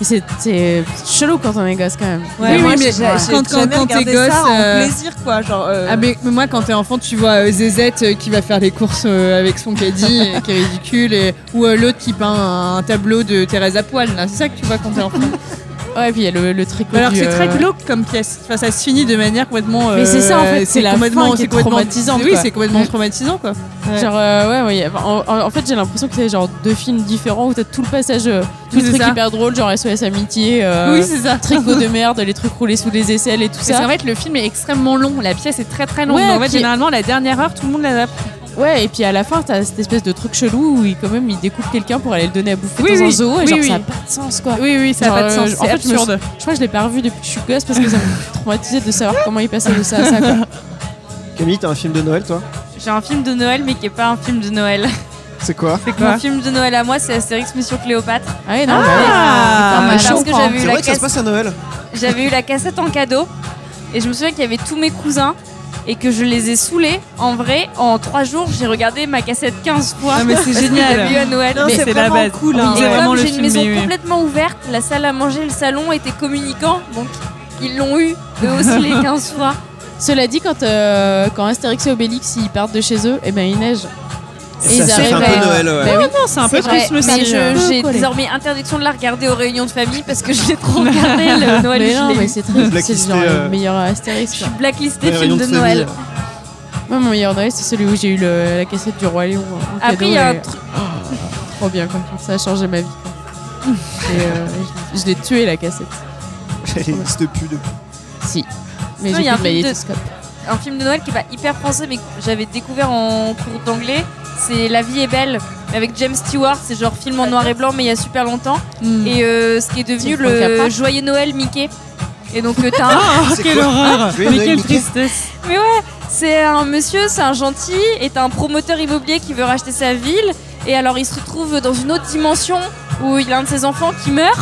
E: c'est c'est chelou quand on est gosse quand même.
J: Ouais,
B: Oui,
J: moi,
B: oui, mais
J: j'ai- j'ai
B: quand- quand-
J: jamais
B: quand t'es
J: regardé
B: gosse,
J: ça en
B: euh,
J: plaisir, quoi. Genre, euh,
B: Ah mais moi quand t'es enfant tu vois euh, Zézette euh, qui va faire les courses euh, avec son caddie et qui est ridicule et, ou euh, l'autre qui peint un, un tableau de Thérèse à poil là c'est ça que tu vois quand t'es enfant.
E: Ouais, puis il y a le, le tricot.
B: Alors
E: du,
B: c'est très
E: euh,
B: glauque comme pièce. Enfin ça se finit de manière complètement.
E: Mais c'est ça, en fait, c'est la fin
B: complètement
E: qui est
B: c'est complètement-
E: traumatisante,
B: Oui
E: quoi.
B: c'est complètement traumatisant quoi.
E: Genre, euh, ouais, ouais, y a- en, en- en fait, j'ai l'impression que c'est genre deux films différents où t'as tout le passage, euh, tout le
B: C'est
E: truc
B: ça.
E: hyper drôle, genre SOS Amitié, euh,
B: oui c'est ça.
E: tricot de merde, les trucs roulés sous les aisselles et tout
B: Parce
E: ça.
B: qu'en fait le film est extrêmement long, la pièce est très très longue.
E: Ouais,
B: Donc, en fait
E: qui-
B: généralement la dernière heure tout le monde la zappe.
E: Ouais, et puis à la fin, t'as cette espèce de truc chelou où il, quand même il découpe quelqu'un pour aller le donner à bouffer
B: Oui,
E: dans un
B: oui,
E: zoo et
B: oui,
E: genre
B: oui.
E: ça a pas de sens quoi.
B: Oui oui ça
E: Genre,
B: a pas de
E: euh,
B: sens.
E: je-
B: c'est
E: en fait, je me
B: absurde.
E: Je crois que je l'ai pas revu depuis que je suis gosse parce que ça me traumatisait de savoir comment il passait de ça à ça quoi.
A: Camille, t'as un film de Noël toi
L: J'ai un film de Noël, mais qui est pas un film de Noël.
A: C'est quoi
B: C'est
L: Mon film de Noël à moi, c'est Astérix Mission Cléopâtre.
E: Ah ouais, non, bah,
B: Ah,
L: Parce
B: je
L: que
E: hein.
B: comprends.
L: j'avais eu,
A: C'est
L: la
A: vrai que ça se
L: cassette,
A: passe à Noël.
L: j'avais eu la cassette en cadeau. Et je me souviens qu'il y avait tous mes cousins
D: et que je les ai saoulés. En vrai, en trois jours, j'ai regardé ma cassette 15 fois.
B: Ah, mais c'est
D: Parce que
B: génial.
D: j'avais vu à Noël.
B: Non, Mais c'est c'est la vraiment base. cool, hein.
D: Et
B: C'est
D: comme
B: vraiment le
D: j'ai une
B: film,
D: maison
B: mais oui.
D: complètement ouverte, la salle à manger, le salon étaient communicants, donc ils l'ont eu eux aussi les 15 fois.
E: Cela dit, quand, euh, quand Astérix et Obélix ils partent de chez eux, et ben ils neigent.
D: Et ça, c'est un peu Noël, ouais.
E: Bah oui.
D: Non, c'est un peu
E: vrai,
D: Christmas
E: mais
D: Eve.
E: je-
D: J'ai désormais interdiction de la regarder aux réunions de famille parce que je l'ai trop regardé le Noël.
E: Mais
D: où je
E: non,
D: l'ai
E: mais
D: eu.
E: c'est triste. C'est genre
D: euh,
E: le meilleur Astérix. Je suis
D: blacklistée film de Noël.
E: Moi, mon meilleur Noël, c'est celui où j'ai eu le- la cassette du Roi Lion. en
D: Après,
E: cadeau
D: il y a
E: et-
D: un truc-
E: Oh, trop bien, quoi. Ça a changé ma vie. quoi. Et, euh, je je l'ai tué, la cassette.
A: Elle n'existe plus depuis.
E: Si.
D: Sinon,
E: j'ai
D: il y a un
E: plus de
D: film de-
E: magnétoscope.
D: un film de Noël qui est pas hyper français mais que j'avais découvert en cours d'anglais. C'est La vie est belle avec James Stewart. C'est genre film en noir et blanc mais il y a super longtemps.
E: Hmm.
D: Et euh, ce qui est devenu
E: Franck Capra.
D: le Joyeux Noël Mickey. Et donc euh, t'as un...
E: Ah, C'est quelle quoi horreur Joyeux Mais Noël quelle Mickey
D: tristesse Mais ouais, c'est un monsieur, c'est un gentil, et t'as un promoteur immobilier qui veut racheter sa ville. Et alors il se retrouve dans une autre dimension où il a un de ses enfants qui meurt.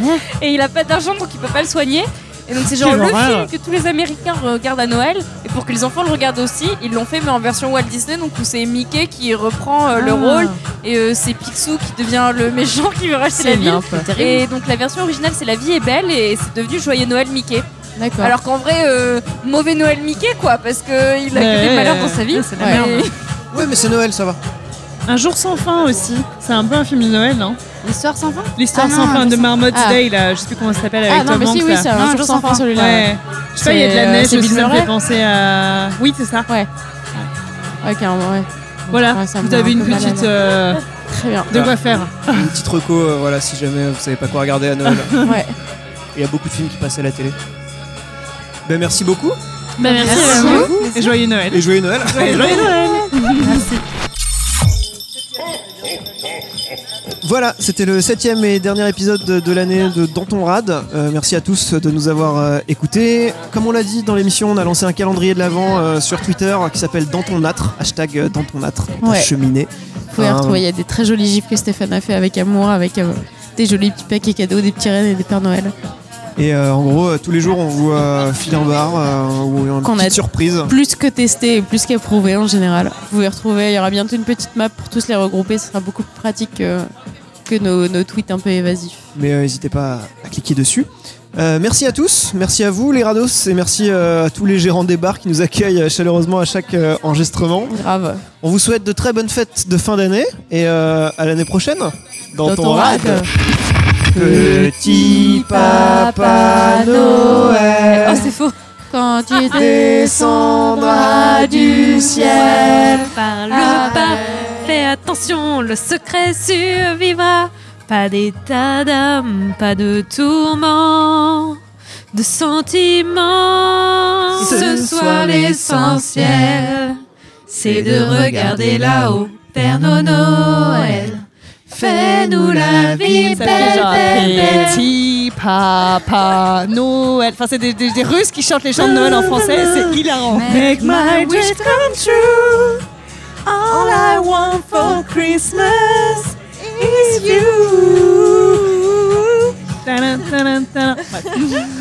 D: Et il a pas d'argent donc il peut pas le soigner. Et donc c'est genre
E: Quelle
D: le
E: horreur.
D: film que tous les Américains regardent à Noël. Et pour que les enfants le regardent aussi, ils l'ont fait mais en version Walt Disney. Donc où c'est Mickey qui reprend euh, le
E: Ah.
D: rôle. Et euh, c'est Picsou qui devient le méchant qui veut racheter
E: C'est
D: la ville.
E: nimp.
D: Et donc la version originale c'est La vie est belle et c'est devenu Joyeux Noël Mickey.
E: D'accord.
D: Alors qu'en vrai, euh, mauvais Noël Mickey quoi, parce que il a que des
B: Ouais,
D: malheurs dans sa vie.
E: Ah,
B: ouais, c'est la merde.
A: Ouais, mais c'est Noël, ça va.
B: Un jour sans fin aussi. C'est un peu un film de Noël, non
D: L'histoire sans fin
B: L'histoire
D: Ah non,
B: sans fin de
D: l'histoire-
B: Marmot's
D: Ah.
B: Day, là. Je sais plus comment ça s'appelle
E: Ah
B: avec
E: non,
B: Tom
E: mais si,
B: Hanks,
E: oui,
B: là.
E: c'est un jour sans fin celui-là.
B: Ouais. Je sais pas, il y a de la
E: C'est, euh,
B: neige
E: c'est
B: aussi,
E: Bill
B: ça me
E: Murray
B: fait penser à. Oui, c'est ça. Ouais.
E: Ouais, carrément, ouais.
B: Voilà,
E: Ouais, ça me
B: vous
E: met
B: avez
E: un
B: une
E: peu mal à
B: petite,
E: l'aise.
B: euh,
E: Très bien.
B: de quoi faire.
A: Une petite reco, euh, voilà, si jamais vous savez pas quoi regarder à Noël.
E: Ouais.
A: Il y a beaucoup de films qui passent à la télé. Ben merci beaucoup.
B: Bah, merci,
A: Merci
B: à
A: à
B: vous.
A: vous.
B: Et joyeux Noël.
A: Et joyeux Noël.
B: Ouais, joyeux Noël. Merci.
A: Voilà, c'était le septième et dernier épisode de, de l'année de Danton Rad. Euh, merci à tous de nous avoir euh, écoutés. Comme on l'a dit dans l'émission, on a lancé un calendrier de l'avant euh, sur Twitter qui s'appelle Danton Natre, hashtag euh, Danton Natre, dans ta
E: Ouais.
A: cheminée.
E: Vous pouvez retrouver, il y a des très jolis gifs que Stéphane a fait avec amour, avec euh, des jolis petits paquets cadeaux, des petits rennes et des Pères Noël.
A: Et euh, en gros, euh, tous les jours, on vous euh, file un bar euh, ou une
E: Qu'on
A: petite
E: a
A: surprise.
E: Plus que testé et plus qu'approuvé en général. Vous pouvez retrouver, il y aura bientôt une petite map pour tous les regrouper, ce sera beaucoup plus pratique que, que nos, nos tweets un peu évasifs.
A: mais euh, n'hésitez pas à cliquer dessus. Euh, merci à tous, merci à vous les Rados et merci euh, à tous les gérants des bars qui nous accueillent euh, chaleureusement à chaque euh, enregistrement.
E: Grave.
A: On vous souhaite de très bonnes fêtes de fin d'année et euh, à l'année prochaine dans,
E: Dans
A: ton,
E: ton
A: rad.
E: rad.
A: Petit papa Noël.
E: Oh, c'est faux. Quand tu
A: descendras
E: du
D: ciel par
G: Ah.
D: le pas. Fais attention, le secret survivra. Pas d'état d'âme, pas de tourment, de sentiments.
G: Ce soir, l'essentiel, c'est de regarder là-haut, Père Noël. Fais-nous la vie
J: Ça fait
G: belle,
J: genre
G: belle, belle.
J: Petit Papa Noël. Enfin, c'est des, des- des Russes qui chantent les chants de Noël en français. C'est hilarant.
G: Make my wish come true. All I want for Christmas is you.
B: Tadam, tadam, tadam. Ouais.